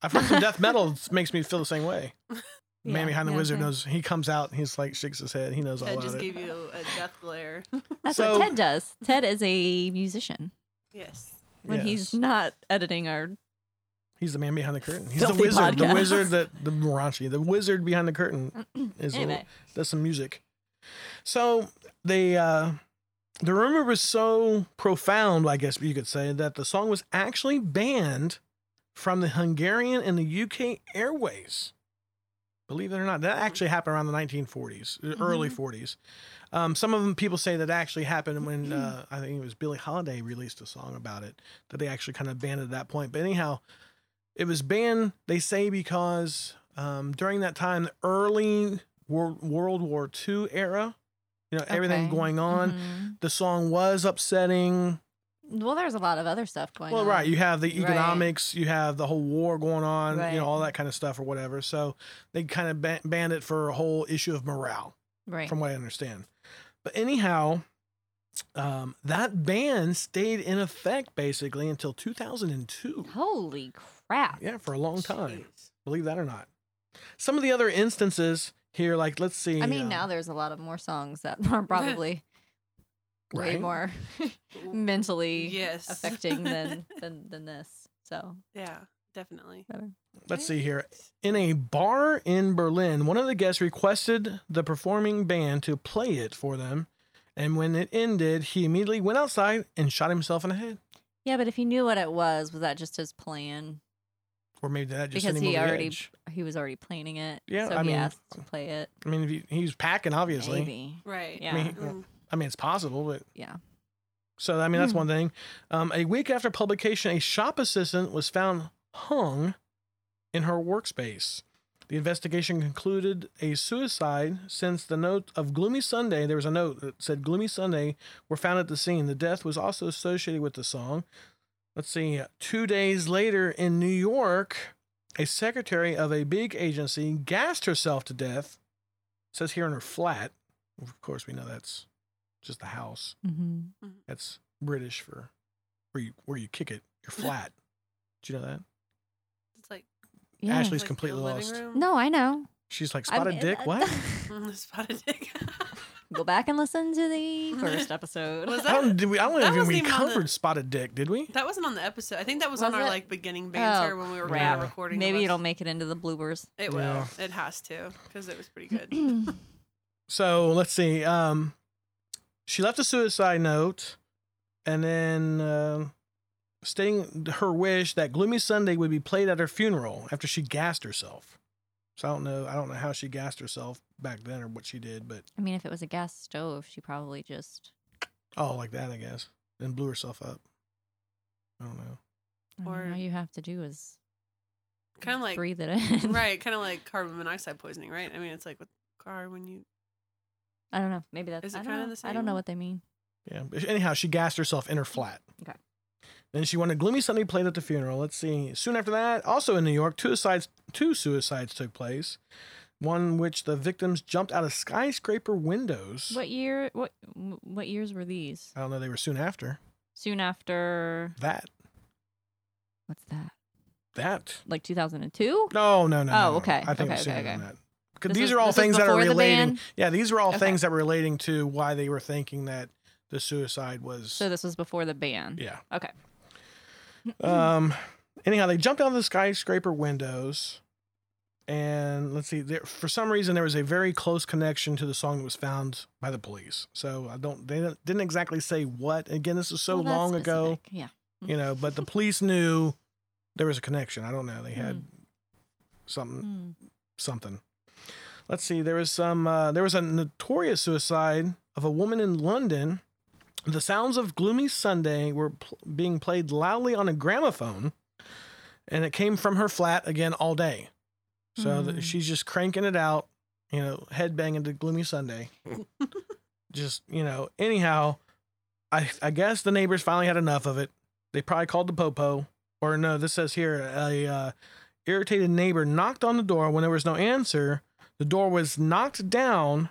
A: I've heard some death metal makes me feel the same way. Man
C: Yeah,
A: behind the
C: yeah,
A: wizard
C: okay.
A: knows. He comes out. and He's like shakes his head. He knows all
B: Ted
A: about
B: just
A: it.
B: gave you a death glare.
C: That's
A: So-
C: what Ted does. Ted is a musician
B: yes.
C: when
A: Yes.
C: he's not editing our.
A: he's the man behind the curtain. He's the
C: Filthy
A: wizard. The
C: podcast.
A: wizard that the raunchy. The wizard behind the curtain is the-
C: Anyway,
A: does some music. So they uh the rumor was so profound, I guess you could say, that the song was actually banned from the Hungarian and the UK airways. Believe it or not, that actually happened around the 1940s, the early 40s. Um, some of them people say that actually happened when uh, I think it was Billie Holiday released a song about it that they actually kind of banned at that point. But anyhow, it was banned. They say because um, during that time, the early Wor- World War II era, you know, everything
C: Okay. Mm-hmm.
A: going on, the song was upsetting.
C: Mhm. Well, there's a lot of other stuff going
A: Well,
C: on.
A: right. You have the
C: Right.
A: economics, you have the whole war going on, you
C: Right.
A: know, all that kind of stuff or whatever. So they kind of ban- banned it for a whole issue of morale,
C: right.
A: from what I understand. But anyhow, um, that ban stayed in effect basically until 2002.
C: Holy crap!
A: Yeah, for a long time
B: Jeez.
A: believe that or not. Some of the other instances here, like let's see.
C: I mean,
A: um,
C: now there's a lot of more songs that are probably way
A: Right?
C: more
B: W-
C: mentally
B: yes.
C: affecting than, than than this. So
B: yeah, definitely.
A: Let's see here. In a bar in Berlin, one of the guests requested the performing band to play it for them. And when it ended, he immediately went outside and shot himself in the head.
C: yeah, but if he knew what it was, was that just his plan?
A: Or maybe that just
C: Because
A: sent him
C: he
A: over the
C: already-
A: edge.
C: He was already planning it.
A: Yeah,
C: so
A: I
C: he
A: mean,
C: asked to play it.
A: I mean, if you, he was packing, obviously.
C: Maybe.
B: Right.
C: Yeah.
A: I mean,
B: Mm.
A: I mean, it's possible, but
C: Yeah.
A: So I mean that's
C: Hmm.
A: one thing. Um, a week after publication, a shop assistant was found hung in her workspace. The investigation concluded a suicide since the note of Gloomy Sunday, there was a note that said Gloomy Sunday, were found at the scene. The death was also associated with the song. Let's see, uh, two days later in New York, a secretary of a big agency gassed herself to death. It says here in her flat. Of course, we know that's just the house.
C: Mm-hmm.
A: That's British for where you where you kick it. You're flat. Did you know that?
B: It's like,
C: Yeah.
A: Ashley- She's
B: like
A: completely
B: the living
A: lost.
B: Room.
C: No, I know.
A: She's like
C: I'm- uh,
A: spotted dick. What?
B: Mm, Spotted dick.
C: Go back and listen to the first episode.
B: Was
A: I
B: that-
A: don't. Did we, I don't even
B: that
A: think
B: wasn't
A: we
B: even on the-
A: covered spotted dick, did we?
B: that wasn't on the episode. I think that was, on
C: Was
B: our
C: it?
B: like beginning banter
C: Oh,
B: when we were
A: crap.
B: kinda recording. the
C: Maybe
B: last-
C: it'll make it into the bloopers.
B: It will.
A: Yeah.
B: It has to because it was pretty good.
A: So let's see. Um, she left a suicide note, and then uh, stating her wish that Gloomy Sunday would be played at her funeral after she gassed herself. So I don't know. I don't know how she gassed herself back then or what she did, but
C: I mean, if it was a gas stove, she probably just
A: oh, like that, I guess, and blew herself up. I don't know.
C: I mean,
B: Or-
C: all you have to do is
B: kind of like
C: breathe it in.
B: right, kind of like carbon monoxide poisoning, right? I mean, it's like with car when you
C: I don't know. Maybe that's.
B: Is it
C: I don't
B: kinda
C: know.
B: the
C: I don't know
B: same?
C: what they mean.
A: Yeah. But anyhow, she gassed herself in her flat.
C: Okay.
A: Then she wanted Gloomy Sunday played at the funeral. Let's see. Soon after that, also in New York, two suicides, two suicides took place. One which the victims jumped out of skyscraper windows.
C: What year? What m- what years were these?
A: I don't know. They were soon after
C: Soon after.
A: that.
C: What's that?
A: That.
C: Like 2002?
A: No, no, no. no,
C: Oh,
A: no.
C: okay,
A: I think it
C: okay,
A: was sooner
C: okay,
A: than
C: okay.
A: that. 'Cause
C: This
A: These
C: was-
A: are all
C: this was
A: things that are
C: before the
A: relating.
C: ban?
A: Yeah, these are all
C: Okay.
A: things that were relating to why they were thinking that the suicide was.
C: So this was before the ban.
A: yeah.
C: Okay.
A: Um, anyhow, they jumped out of the skyscraper windows, and let's see. There, for some reason, there was a very close connection to the song that was found by the police. So I don't. They didn't- didn't exactly say what. Again, this was so
C: Well, that's
A: long ago,
C: specific. Yeah.
A: you know. But the police knew there was a connection. I don't know. They had
C: Hmm.
A: something.
C: Mm.
A: Something. Let's see. There was some. Uh, there was a notorious suicide of a woman in London. The sounds of gloomy Sunday were pl- being played loudly on a gramophone, and it came from her flat again all day. So th-
C: Mm.
A: she's just cranking it out, you know, headbanging to gloomy Sunday. just you know. Anyhow, I I guess the neighbors finally had enough of it. They probably called the popo, or no, this says here a uh, irritated neighbor knocked on the door. When there was no answer, the door was knocked down,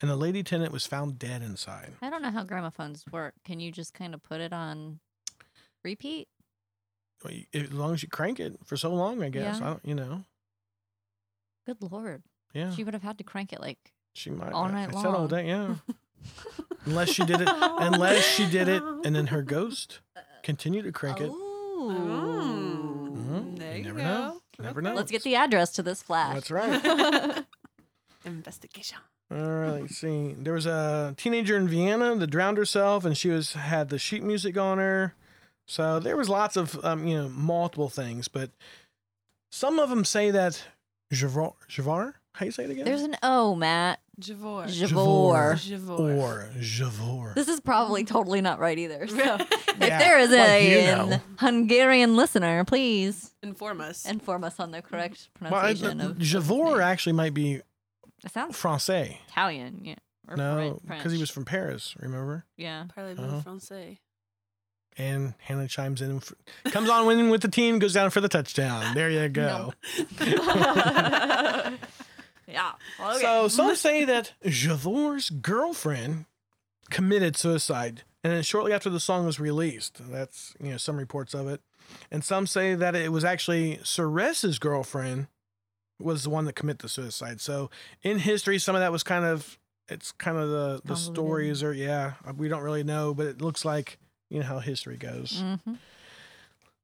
A: and the lady tenant was found dead inside.
C: I don't know how gramophones work. Can you just kind of put it on repeat?
A: Well, you- As long as you crank it for so long, I guess.
C: Yeah.
A: I don't, you know.
C: Good lord.
A: Yeah, she,
C: She would have had to crank it like
A: might.
C: all
A: I-
C: night
A: I said all
C: long.
A: day. Yeah, unless she did it, unless she did it, and then her ghost continued to crank it.
C: Ooh.
A: Mhm.
B: Oh, There
A: You
B: you
A: never
B: go.
A: know. Never know.
C: Oh. Let's get the address to this flash.
A: Oh. That's right.
B: Investigation.
A: All right, let's see. There was a teenager in Vienna that drowned herself, and she was had the sheet music on her. So there was lots of um, you know multiple things, but some of them say that Javar, Javar, how you say it again?
C: There's an O, Matt.
B: Javor.
A: Javor.
C: Javor.
B: Javor.
A: or Javor.
C: This is probably totally not right either. So
A: Yeah,
C: if there is
A: well, you
C: a
A: know.
C: Hungarian listener, please
B: Inform us.
C: inform us on the correct
A: well, I-
C: pronunciation of
A: Javor actually might be
C: It sounds
A: Francais.
C: Italian, yeah. Or
A: no,
C: Fren-
A: because he
C: French.
A: was from Paris, remember?
C: Yeah.
B: Parlez
A: Uh-huh.
B: vous français.
A: And Hannah chimes in, and fr- comes on winning with the team, goes down for the touchdown. There you go.
C: No. yeah. Okay.
A: So some say that Javor's girlfriend committed suicide, and then shortly after the song was released, that's you know some reports of it, and some say that it was actually Ceres's girlfriend was the one that committed the suicide. So in history, some of that was kind of it's kind of the the
C: Convoluted.
A: stories are yeah uh, we don't really know, but it looks like you know how history goes.
C: Mm-hmm.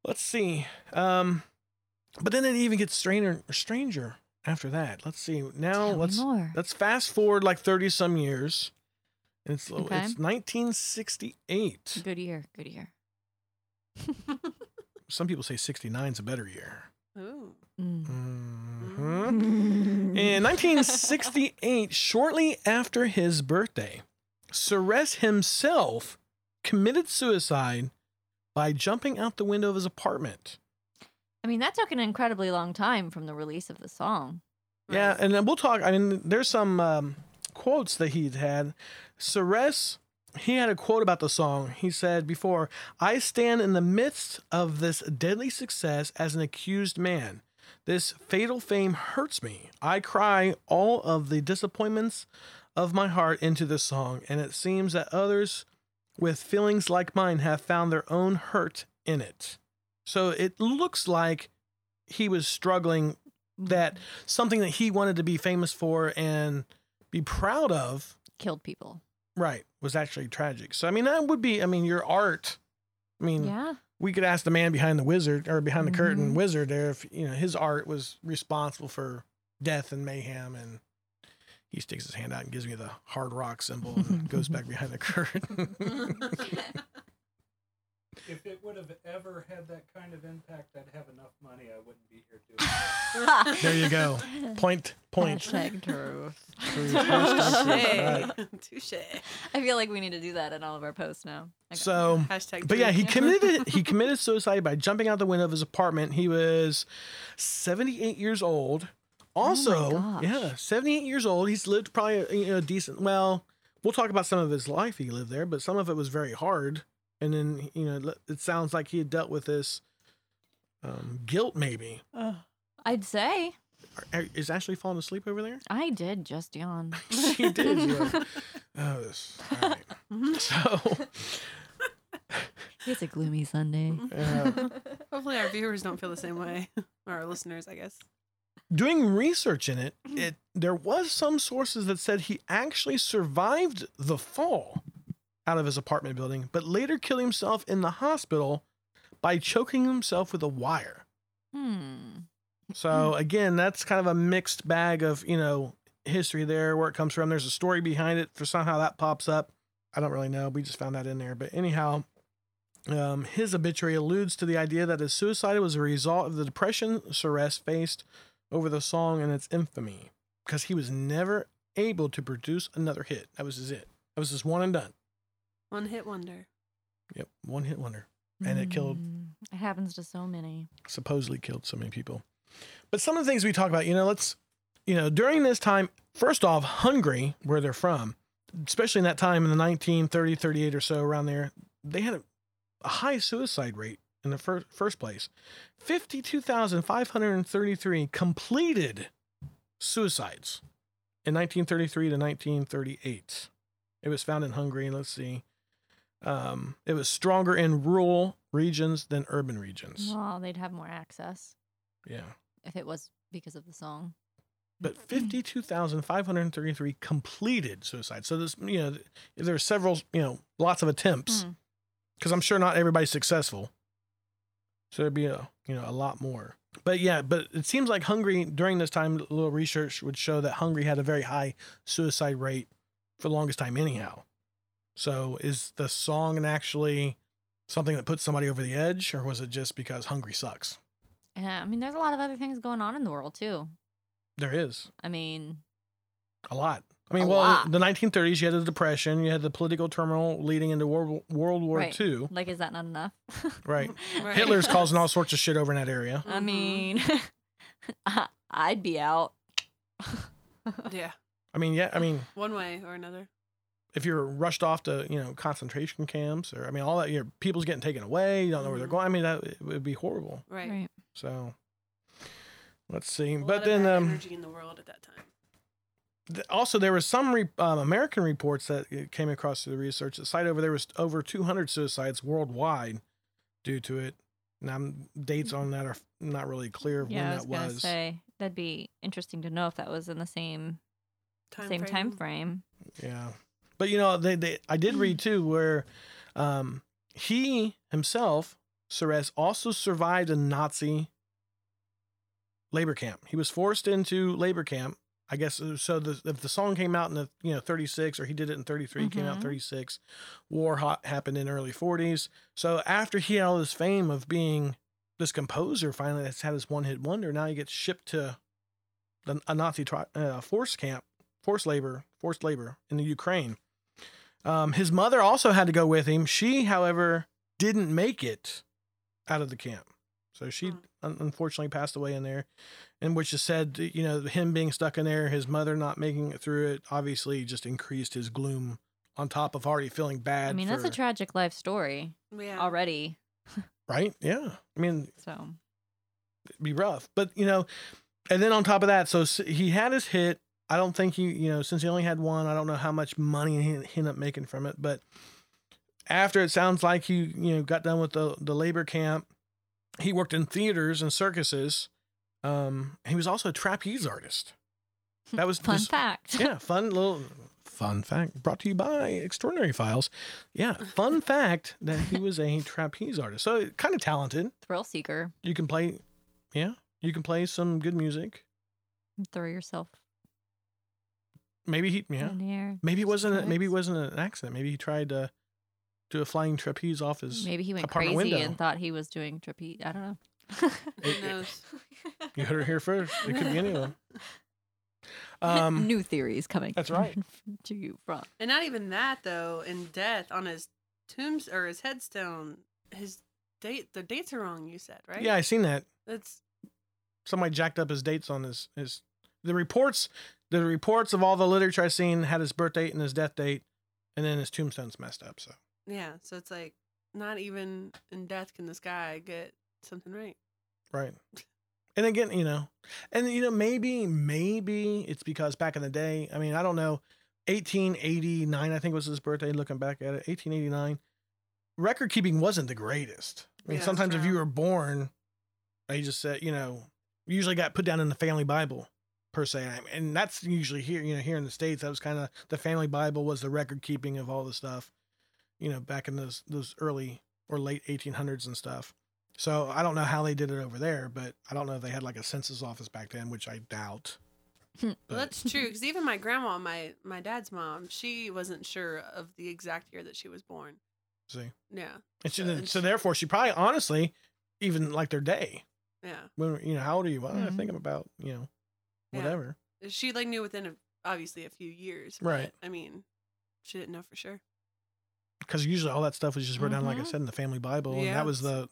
A: Let's see. Um, but then it even gets stranger stranger after that. Let's see. Now let's
C: more.
A: let's fast forward like thirty some years. And It's oh,
C: Okay.
A: it's 1968.
C: Good year. Good year.
A: Some people say 69 is a better year.
B: Ooh.
C: Mm.
A: Mhm. In 1968, shortly after his birthday, Suresh himself committed suicide by jumping out the window of his apartment.
C: I mean, that took an incredibly long time from the release of the song.
A: Yeah,
B: Right.
A: and then we'll talk. I mean, there's some um, quotes that he'd had. Suresh, he had a quote about the song. He said before, I stand in the midst of this deadly success as an accused man. This fatal fame hurts me. I cry all of the disappointments of my heart into this song, and it seems that others with feelings like mine have found their own hurt in it. So it looks like he was struggling that something that he wanted to be famous for and be proud of,
C: killed people.
A: right, was actually tragic. So I mean, that would be, I mean, your art. I mean,
C: Yeah.
A: we could ask the man behind the wizard or behind the curtain
C: Mhm.
A: wizard there if you know his art was responsible for death and mayhem and he sticks his hand out and gives me the hard rock symbol and goes back behind the curtain.
D: If it would have ever had that kind of impact, I'd have enough money. I wouldn't be here doing it.
A: there you go. Point, point.
C: Hashtag truth.
B: Oh,
A: True, true, true, true.
B: Touche. Touche.
C: I feel like we need to do that in all of our posts now. Okay.
A: So
B: Hashtag.
A: But yeah, he
B: truth.
A: committed he committed suicide by jumping out the window of his apartment. He was 78 years old.
C: Oh my
A: Also,
C: gosh.
A: yeah, 78 years old. He's lived probably you know decent. Well, we'll talk about some of his life he lived there, but some of it was very hard. And then you know it sounds like he had dealt with this um, guilt. Maybe
C: I'd say
A: Are- is Ashley falling asleep over there?
C: I did just yawn.
A: she did. yeah. Oh, this. All right. So.
C: It's a gloomy Sunday.
A: Uh,
B: Hopefully, our viewers don't feel the same way, or our listeners, I guess.
A: doing research in it, it there was some sources that said he actually survived the fall out of his apartment building, but later killed himself in the hospital by choking himself with a wire.
C: Hmm.
A: So again, that's kind of a mixed bag of, you know, history there, where it comes from. There's a story behind it for somehow that pops up. I don't really know. We just found that in there. But anyhow, um, his obituary alludes to the idea that his suicide was a result of the depression Suresh faced over the song and its infamy because he was never able to produce another hit. That was his it. That was his one and done.
B: One hit wonder.
A: Yep. One hit wonder. And it killed-
C: Hmm. It happens to so many.
A: supposedly killed so many people. But some of the things we talk about, you know, let's, you know, during this time, first off, Hungary, where they're from, especially in that time in the 1930, 38 or so around there, they had a, a high suicide rate in the fir- first place. 52,533 completed suicides in 1933 to 1938. It was found in Hungary. Let's see. Um, it was stronger in rural regions than urban regions.
C: Well, they'd have more access
A: Yeah.
C: if it was because of the song.
A: But 52,533 completed suicide. So this, you know, there's several, you know, lots of attempts
C: Hmm.
A: because I'm sure not everybody's successful. So there'd be a, you know, a lot more. But yeah, but it seems like Hungary during this time, a little research would show that Hungary had a very high suicide rate for the longest time, anyhow. So is the song actually something that put somebody over the edge, or was it just because Hungary sucks?
C: Yeah, I mean, there's a lot of other things going on in the world too.
A: There is.
C: I mean,
A: A lot. I mean,
C: A
A: well,
C: lot.
A: the 1930s, you had the Depression, you had the political turmoil leading into World, World War
C: Right.
A: II.
C: like, is that not enough?
A: Right.
B: Right.
A: Hitler's causing all sorts of shit over in that area.
C: I
B: Mhm.
C: mean, I- I'd be out.
B: Yeah,
A: I mean, yeah, I mean,
B: one way or another.
A: if you're rushed off to, you know, concentration camps or, I mean, all that, your people's getting taken away, you don't know where they're
B: Mhm.
A: going. I mean, that it would be horrible.
B: Right.
A: So let's see.
B: A lot
A: but
B: of
A: then,
B: bad
A: um,
B: energy in the world at that time.
A: th- also, there was some re- um, American reports that uh, came across through the research that site over there was over 200 suicides worldwide due to it. Now, dates on that are not really clear of
C: Yeah,
A: when
C: I
A: that
C: was gonna say That'd be interesting to know if that was in the same same time frame.
A: Yeah. But you know, they, they I did read too where um he himself, Serres, also survived a Nazi labor camp. He was forced into labor camp. I guess uh, so. The, if the song came out in the you know 36, or he did it in 33, it came out in
C: Mhm.
A: 36. War hot happened in early 40s. So after he had all this fame of being this composer, finally that's had his one hit wonder. Now he gets shipped to the, a Nazi tri- uh, force camp, forced labor, forced labor in the Ukraine. Um, his mother also had to go with him. She, however, didn't make it out of the camp. So she
B: Hmm.
A: un- unfortunately passed away in there, and which is said, you know, him being stuck in there, his mother not making it through it, obviously just increased his gloom. On top of already feeling bad.
C: I mean, that's a
A: for-
C: tragic life story
B: Yeah.
C: already.
A: right. Yeah, I mean,
C: So
A: be rough. But you know, and then on top of that, so s- he had his hit. I don't think he, you know, since he only had one, I don't know how much money he he ended up making from it. But after it sounds like he, you know, got done with the the labor camp, he worked in theaters and circuses. Um, he was also a trapeze artist. That was
C: Hmm, fun
A: this-
C: fact.
A: yeah, fun little fun fact brought to you by Extraordinary Files. Yeah, fun fact that he was a trapeze artist. So kind of talented.
C: Thrill seeker.
A: You can play, yeah. You can play some good music.
C: Throw yourself
A: Maybe he, yeah.
C: in the air.
A: Maybe it wasn't. A,
C: Nice.
A: maybe it wasn't an accident. Maybe he tried to do a flying trapeze off his.
C: Maybe he went crazy
A: apartment window.
C: and thought he was doing trapeze. I don't know.
B: Who knows?
A: You heard it here first. It could be anyone. Um,
C: New theories coming.
A: that's right.
C: to you from
B: And not even that though. In death, on his tombs or his headstone, his date the dates are wrong. You said right?
A: yeah, I seen that.
B: That's
A: Somebody jacked up his dates on his his. The reports, the reports of all the literature I've seen had his birth date and his death date, and then his tombstone's messed up. So
B: yeah. So it's like not even in death can this guy get something right.
A: right. And again, you know, and you know, maybe, maybe it's because back in the day. I mean, I don't know. 1889, I think was his birthday. Looking back at it, 1889, record keeping wasn't the greatest. I mean,
B: Yeah,
A: sometimes if
B: true.
A: you were born, they just said, you know, usually got put down in the family Bible per se, I- and that's usually here. You know, here in the states, that was kind of the family Bible was the record keeping of all the stuff. You know, back in those those early or late 1800s and stuff. So I don't know how they did it over there, but I don't know if they had like a census office back then, which I doubt.
C: Hmm.
B: Well,
A: But-
B: that's true because even my grandma, my my dad's mom, she wasn't sure of the exact year that she was born.
A: see.
B: Yeah,
A: And she,
B: So
A: then
B: it's-
A: so therefore, she probably honestly, even like their day
B: yeah.
A: when you know how old are you? Well, I
C: Mhm.
A: think I'm about you know
B: Mm-hmm. Yeah.
A: whatever.
B: She like knew within a, obviously a few years.
A: Right.
B: but, I mean, she didn't know for sure.
A: Because usually all that stuff was just written down, like I
C: Mhm.
A: said, in the family Bible, and
B: Mm-hmm. Yeah.
A: that was the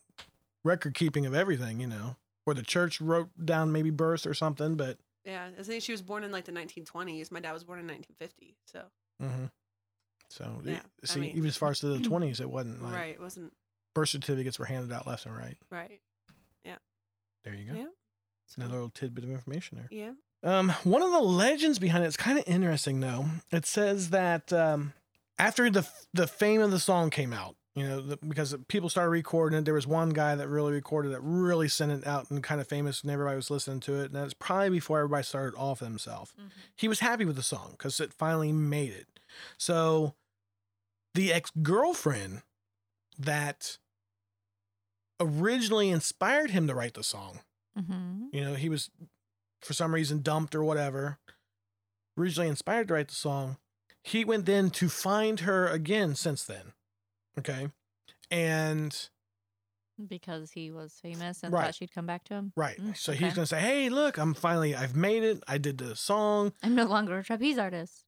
A: record keeping of everything, you know. Or the church wrote down maybe birth or something, but
B: Yeah, I think she was born in like the 1920s. My dad was born in 1950. So
A: mhm. so
B: Yeah,
A: it-
B: I
A: see,
B: mean-
A: even as far as to the 20s, it wasn't like
B: right, it wasn't
A: birth certificates were handed out left and right.
B: right.
A: There you go.
B: Yeah. So,
A: Another little tidbit of information there.
B: yeah.
A: Um, one of the legends behind it is kind of interesting, though. It says that um, after the the fame of the song came out, you know, the, because people started recording it, there was one guy that really recorded it, really sent it out and kind of famous, and everybody was listening to it. And that's probably before everybody started off themselves.
C: Mm-hmm.
A: He was happy with the song because it finally made it. So the ex girlfriend that originally inspired him to write the song
C: hmm
A: you know, he was for some reason dumped or whatever. Originally inspired to write the song. He went then to find her again since then. Okay. And
C: because he was famous and
A: Right.
C: thought she'd come back to him.
A: right.
C: Mm,
A: so
C: okay.
A: he's gonna say, Hey, look, I'm finally I've made it. I did the song.
C: I'm no longer a trapeze artist.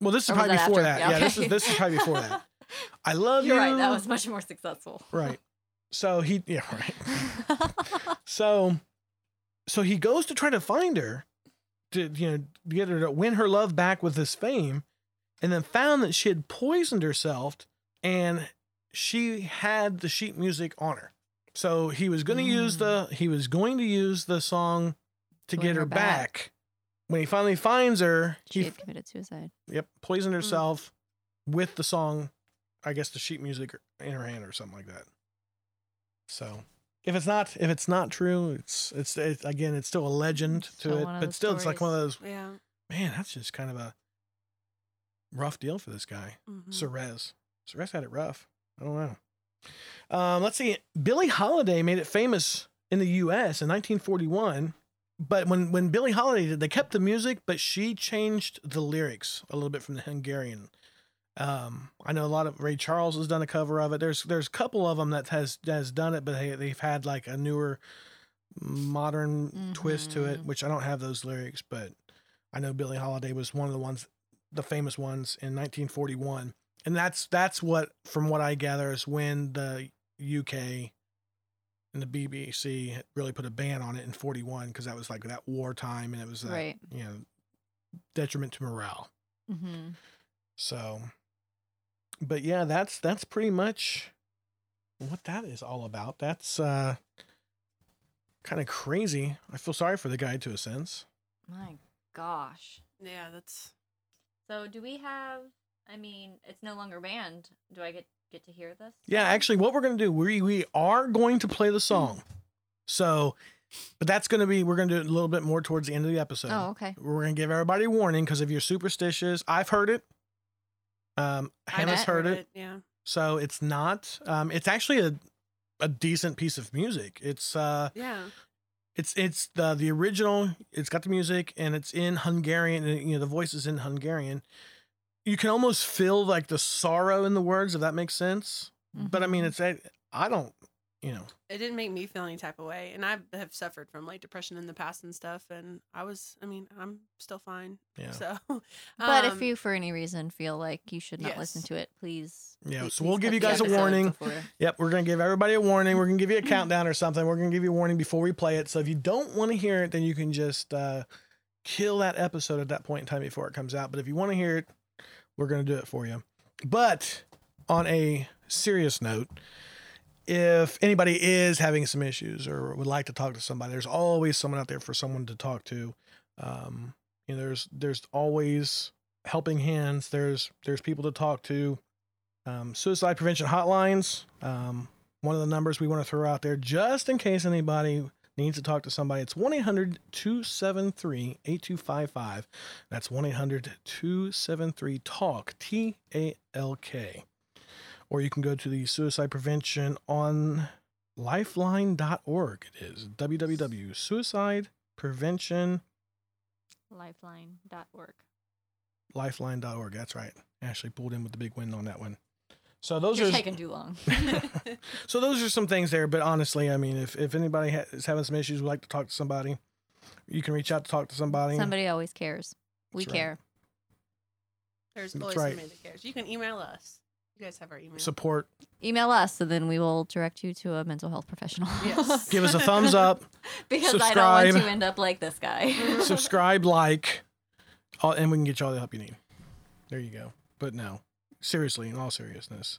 A: Well, this is
C: Or was
A: probably
C: that
A: before
C: after?
A: that. Yeah, this is
C: okay.
A: this is probably before that. I love
C: You're
A: you.
C: right. That was much more successful.
A: right. So he yeah, right. So, so he goes to try to find her, to you know, to get her to win her love back with his fame, and then found that she had poisoned herself, and she had the sheet music on her. So he was going to use
C: Mm.
A: the he was going to use the song to
C: Win
A: get
C: her
A: her
C: back.
A: back. When he finally finds her,
C: she
A: he
C: had committed suicide.
A: yep
C: Mm.
A: poisoned herself with the song, I guess the sheet music in her hand or something like that. So if it's not if it's not true, it's it's, it's again it's still a legend to
C: Still
A: it,
C: one of
A: but
C: those
A: still it's like one of those
B: Yeah.
A: man. That's just kind of a rough deal for this guy.
B: mhm.
A: Cerez. Cerez had it rough. I don't know. Um, let's see. Billie Holiday made it famous in the U.S. in 1941, but when when Billie Holiday did, they kept the music, but she changed the lyrics a little bit from the Hungarian. Um, I know a lot of Ray Charles has done a cover of it. There's there's a couple of them that has has done it, but they, they've had like a newer modern twist to it,
C: Mhm.
A: which I don't have those lyrics, but I know Billie Holiday was one of the ones, the famous ones in 1941, and that's that's what, from what I gather, is when the UK and the BBC really put a ban on it in 41 because that was like that wartime and it was that
C: Right.
A: you know detriment to morale.
C: Mm-hmm.
A: So, but yeah, that's that's pretty much what that is all about. That's uh kind of crazy. I feel sorry for the guy to a sense.
C: My gosh.
B: Yeah, that's
C: So do we have? I mean, it's no longer banned. Do I get get to hear this?
A: Yeah, actually, what we're gonna do, we we are going to play the song. So, but that's gonna be we're gonna do it a little bit more towards the end of the episode.
C: Oh, okay.
A: We're gonna give everybody a warning because if you're superstitious, I've heard it. Um, Hannah's
C: bet.
A: heard it.
B: Yeah.
A: So it's not. Um, it's actually a a decent piece of music. It's uh
B: Yeah.
A: It's it's the the original. It's got the music and it's in Hungarian. And, you know the voice is in Hungarian. You can almost feel like the sorrow in the words, if that makes sense. But I
C: Mm-hmm.
A: mean, it's I, I don't, you know,
B: It didn't make me feel any type of way. And I have suffered from like depression in the past and stuff. And I was, I mean, I'm still fine.
A: yeah,
B: So,
C: But if
B: um,
C: you, for any reason, feel like you should not listen
B: yes.
C: to it, please.
A: yeah.
C: please-
A: So we'll give
C: please cut
A: you
C: the
A: guys a
C: episode
A: warning.
C: before-
A: Yep, we're gonna give everybody a warning. We're gonna give you a countdown or something. We're gonna give you a warning before we play it. So if you don't want to hear it, then you can just uh, kill that episode at that point in time before it comes out. But if you want to hear it, we're gonna do it for you. But on a serious note, if anybody is having some issues or would like to talk to somebody, there's always someone out there for someone to talk to. Um, you know, there's there's always helping hands. There's there's people to talk to um, suicide prevention hotlines. Um, one of the numbers we want to throw out there just in case anybody needs to talk to somebody. It's 1 800 273 8255. That's 1 800 273 TALK, T A L K. Or you can go to the suicide prevention on lifeline.org. It is www.suicidepreventionlifeline.org.
C: Lifeline.org.
A: That's right. Ashley pulled in with the big win on that one. So those
C: You're
A: are
C: taking too long.
A: so those are some things there. But honestly, I mean, if, if anybody ha- is having some issues, would like to talk to somebody, you can reach out to talk to somebody.
C: Somebody always cares. We
A: That's right.
C: care.
B: there's
A: That's
B: always
A: right.
B: somebody that cares. You can email us. You guys have our email.
A: Support.
C: Email us, so then we will direct you to a mental health professional.
B: Yes.
A: Give us a thumbs up.
C: because I don't want
A: Subscribe.
C: to end up like this guy.
A: subscribe, like, all, and we can get you all the help you need. There you go. But no, seriously, in all seriousness.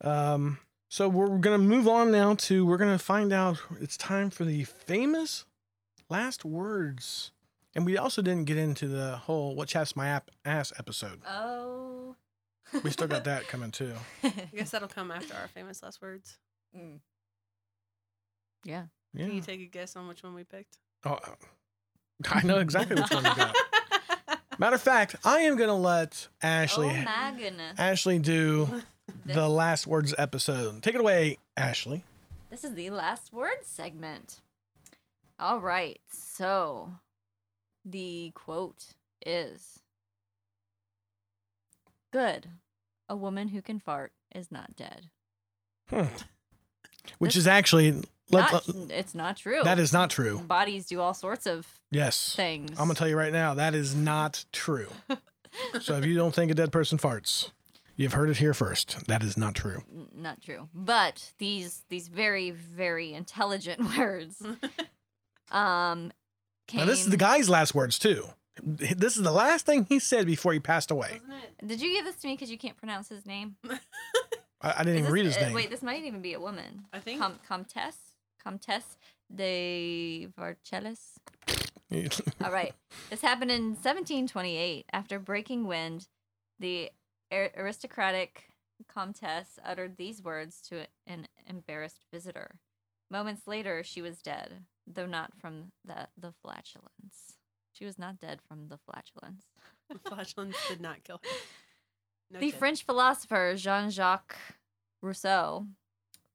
A: Um, so we're gonna move on now to we're gonna find out. It's time for the famous last words, and we also didn't get into the whole "What chaps my app ass" episode.
C: oh.
A: We still got that coming too.
B: I guess that'll come after our famous last words.
C: Mm. Yeah.
A: Yeah.
B: Can you take a guess on which one we picked?
A: Oh, I know exactly which one you got. Matter of fact, I am gonna let Ashley
C: Oh my goodness.
A: Ashley do
C: This,
A: the last words episode. Take it away, Ashley.
C: this is the last word segment. All right. So the quote is Good. A woman who can fart is not dead.
A: Hmm. Which is actually let,
C: Not-
A: let-
C: it's not true.
A: that is not true.
C: Bodies do all sorts of
A: Yes,
C: things.
A: I'm gonna tell you right now that is not true. so if you don't think a dead person farts, you've heard it here first. That is not true.
C: N- not true but these these very very intelligent words um came,
A: Now this is the guy's last words too. This is the last thing he said before he passed
C: Uh,
A: away.
B: Wasn't it?
C: did you give this to me because you can't pronounce his name
A: I, I didn't
C: Is
A: even
C: this-
A: read his
C: uh,
A: name.
C: wait this might even be a woman
B: I think.
C: Com- comtesse comtesse de varchelles all right this happened in 1728 after breaking wind the ar- aristocratic comtesse uttered these words to an embarrassed visitor Moments later, she was dead, though not from the, the flatulence. She was not dead from the flatulence.
B: The flatulence did not kill her. No
C: the
B: kid.
C: French philosopher Jean Jacques Rousseau,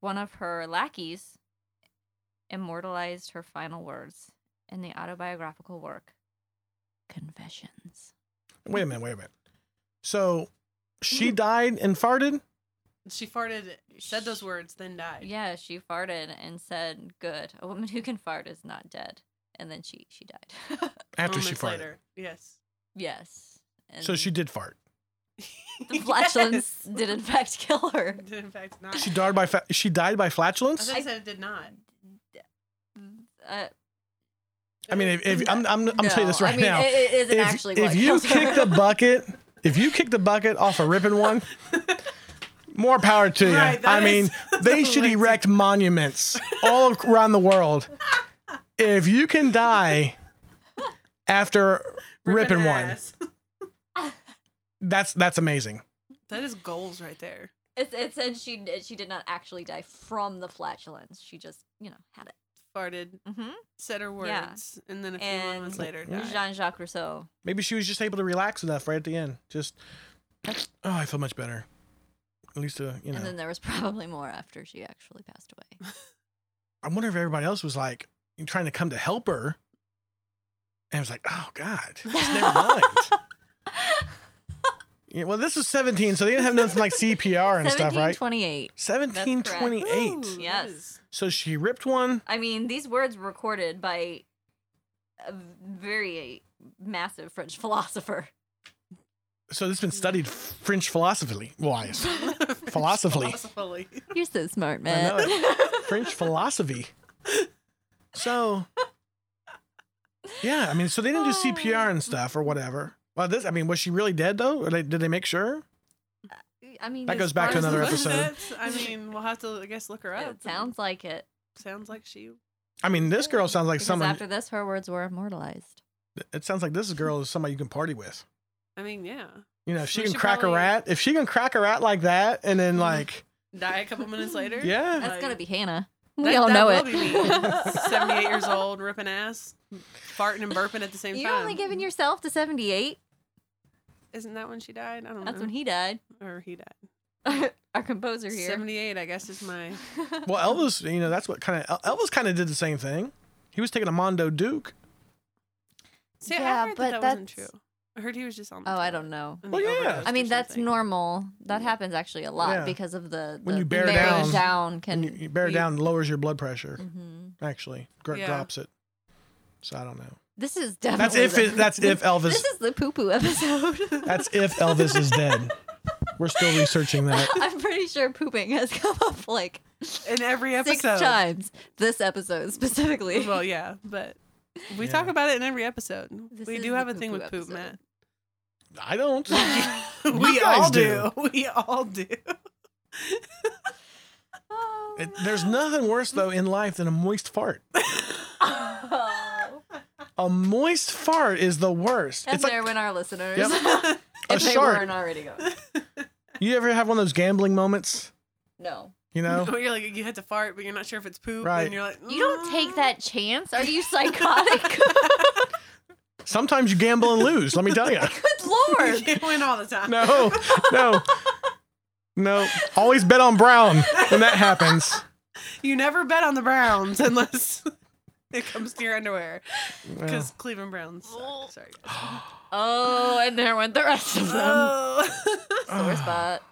C: one of her lackeys, immortalized her final words in the autobiographical work Confessions.
A: Wait a minute, wait a minute. So
C: Mm-hmm.
A: she died and farted?
B: She farted, said those words, then died.
C: Yeah, she farted and said, Good, a woman who can fart is not dead. And then she, she died.
A: After she
B: Moments
A: farted.
B: later. Yes.
C: yes. And
A: So she did fart.
C: The flatulence
B: Yes.
C: did, in fact, kill her.
B: Did in fact not.
A: She died by fa- she died by
B: I
A: flatulence.
B: thought you said it did not.
C: Uh,
A: I mean, if, if I'm I'm, I'm telling you this
C: no,
A: right
C: I mean,
A: now.
C: It, it isn't
A: if
C: actually
A: if
C: what
A: you
C: kills her.
A: kick the bucket, if you kick the bucket off a ripping one, more power to you.
B: Right, that
A: I mean,
B: is-
A: they should
B: amazing.
A: erect monuments all around the world. If you can die after ripping,
B: an
A: one,
B: ass.
A: that's that's amazing.
B: That is goals right there.
C: It, it said she did- she did not actually die from the flatulence. She just you know had it.
B: Farted,
C: hmm
B: said her words,
C: Yeah.
B: and then a few
C: And-
B: moments later died.
C: Jean Jacques Rousseau.
A: Maybe she was just able to relax enough right at the end. Just oh, I feel much better. At least uh, you know.
C: And then there was probably more after she actually passed away.
A: I wonder if everybody else was like trying to come to help her, and was like, "Oh God, just never mind." yeah, well, this was seventeen, so they didn't have nothing like CPR and stuff,
C: Seventeen
A: right?
C: twenty-eight.
A: Seventeen
C: correct.
A: twenty-eight.
B: Ooh,
C: Yes.
B: that is-
A: So she ripped one.
C: I mean, these words were recorded by a very massive French philosopher.
A: So this has been studied French philosophically wise, philosophically,
B: Philosophically.
C: You're so smart,
A: know
C: man.
A: French philosophy. So, yeah, I mean, so they didn't do CPR and stuff or whatever. Well, this, I mean, was she really dead though? Or they, did they make sure?
C: I mean,
A: That
C: as
A: goes back to
C: far as-
A: another
B: What is
A: episode.
B: that? I mean, we'll have to, I guess, look her up.
C: It sounds like it.
B: Sounds like she.
A: I mean, this girl sounds like
C: because
A: someone.
C: after this, her words were immortalized.
A: it sounds like this girl is somebody you can party with.
B: I mean, yeah.
A: You know, if she
B: We
A: can
B: should
A: crack
B: probably-
A: a rat, if she can crack a rat like that, and then
B: Mhm.
A: like,
B: Die a couple minutes later.
A: yeah,
C: That's gonna be Hannah. We
B: That-
C: all
B: that
C: know
B: will
C: it.
B: be me. 78 years old, ripping ass, farting and burping at the same
C: You're
B: time.
C: only giving yourself to 78.
B: Isn't that when she died? I don't
C: That's
B: know.
C: when he died.
B: or he died.
C: Our composer here.
B: 78, I guess, is my.
A: well, Elvis, you know, that's what kind of Elvis kind of did the same thing. He was taking a Mondo Duke.
B: See,
C: Yeah,
B: I heard
C: but
B: that, that wasn't
C: that's-
B: true. I heard he was just on. The
C: oh, I
B: toilet
C: don't know.
B: and
A: Well,
B: he
A: yeah.
B: overdosed
C: I mean,
B: or
C: that's
B: something.
C: normal. That happens actually a lot
A: Yeah.
C: because of the, the
A: When you bear down-
C: bearing down
A: And
C: can.
A: you, you bear
B: you-
A: down lowers your blood pressure.
C: Mhm.
A: Actually, Gr-
B: Yeah.
A: drops it. So I don't know.
C: This is
A: That's
C: definitely.
A: if
C: the-
A: it, that's if Elvis.
C: This is the poo poo episode.
A: That's if Elvis is dead. We're still researching that.
C: I'm pretty sure pooping has come up like
B: in every
C: six
B: episode.
C: times. This episode specifically.
B: Well, yeah, but we
A: Yeah.
B: talk about it in every episode.
C: This
B: we
C: is
B: do
C: the
B: have a thing with
C: poo-poo
B: poop,
C: episode.
B: Matt.
A: I don't.
B: we
A: guys
B: all
A: do.
B: do. We all do.
C: Oh,
A: It- there's nothing worse though in life than a moist fart.
C: no.
A: A moist fart is the worst.
C: And
A: it's like
C: there went our listeners.
A: Yep.
C: if
A: a
C: they
A: shark.
C: weren't already going.
A: You ever have one of those gambling moments?
C: No.
A: You know,
B: Where you're like you had to fart, but you're not sure if it's poop,
A: Oh. Right.
B: and you're like,
C: You don't take
B: "Mm."
C: that chance. Are you psychotic?
A: sometimes you gamble and lose. Let me tell you.
C: Good lord.
B: You can't win all the time.
A: No, no, no. Always bet on Brown when that happens.
B: You never bet on the Browns unless it comes to your underwear, because Cleveland Browns. Suck. Sorry.
A: Um,
B: guys.
C: Oh, and there went the rest of them.
B: Oh.
C: Sore spot.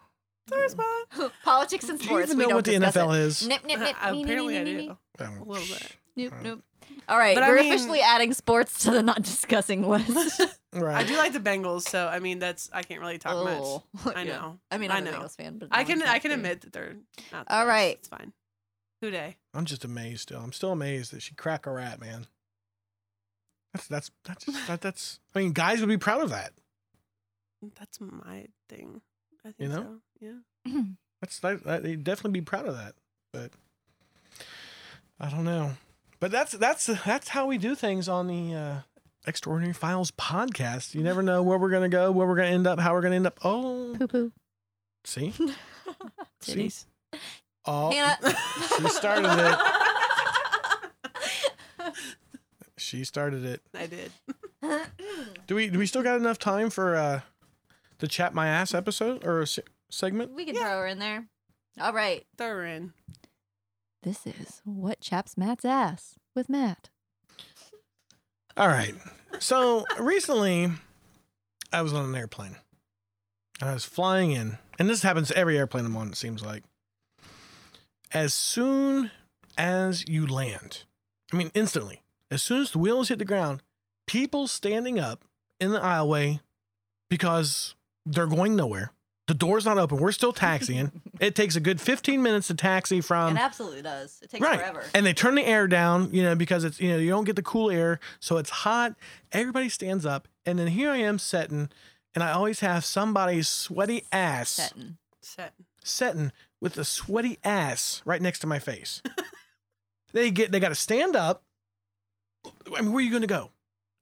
B: Sorry, Spot. Uh,
C: Politics and
A: Do you
C: sports.
A: even know
C: we don't
A: what the
C: discuss
A: NFL
C: it.
A: is?
C: Nip, nip, nip. nee, nee,
B: Apparently,
C: nee,
B: I
C: nee,
B: do.
C: nee.
A: Um,
B: A little bit.
C: Nope, nope. All right,
B: But I
C: we're
B: mean-
C: officially adding sports to the not discussing list.
B: I
A: Right.
B: do like the Bengals, so I mean that's I can't really talk much.
C: Oh,
B: I
C: yeah.
B: know.
C: I mean,
B: I
C: I'm a
B: know.
C: Bengals fan, but
B: I
C: no one
B: can I
C: can't
B: can
C: be.
B: admit that they're not. the
C: All
B: best.
C: right.
B: it's fine. Who day?
A: I'm just amazed still. I'm still amazed that she crack a rat, man. That's that's that's just, that, that's. I mean, guys would be proud of that.
B: That's my thing. I think
A: You know?
B: so. Yeah.
A: That's that, that, they'd definitely be proud of that. But I don't know. But that's that's that's how we do things on the uh, Extraordinary Files podcast. You never know where we're gonna go, where we're gonna end up, how we're gonna end up. Oh,
C: Poo poo.
A: see, see,
B: Titties.
A: oh,
C: Hannah.
A: she started it. She started it.
B: I did.
C: we
A: Do we do we still got enough time for uh the chat my ass episode or se- segment?
C: can
B: Yeah.
C: throw her in there. All right.
B: Throw her in.
C: This is what chaps Matt's ass with Matt.
A: All right. So recently, I was on an airplane. I was flying in, and this happens to every airplane I'm on, it seems like. As soon as you land, I mean, instantly, as soon as the wheels hit the ground, people standing up in the aisleway because they're going nowhere. The door's not open. We're still taxiing. it takes a good 15 minutes to taxi from
C: it absolutely does. It takes
A: Um, right.
C: forever.
A: and they turn the air down, you know, because it's you know you don't get the cool air, so it's hot. Everybody stands up, and then here I am sitting, and I always have somebody's sweaty ass
C: Setting.
B: Set.
A: sitting with a sweaty ass right next to my face. they get they got to stand up. I mean, where are you going to go?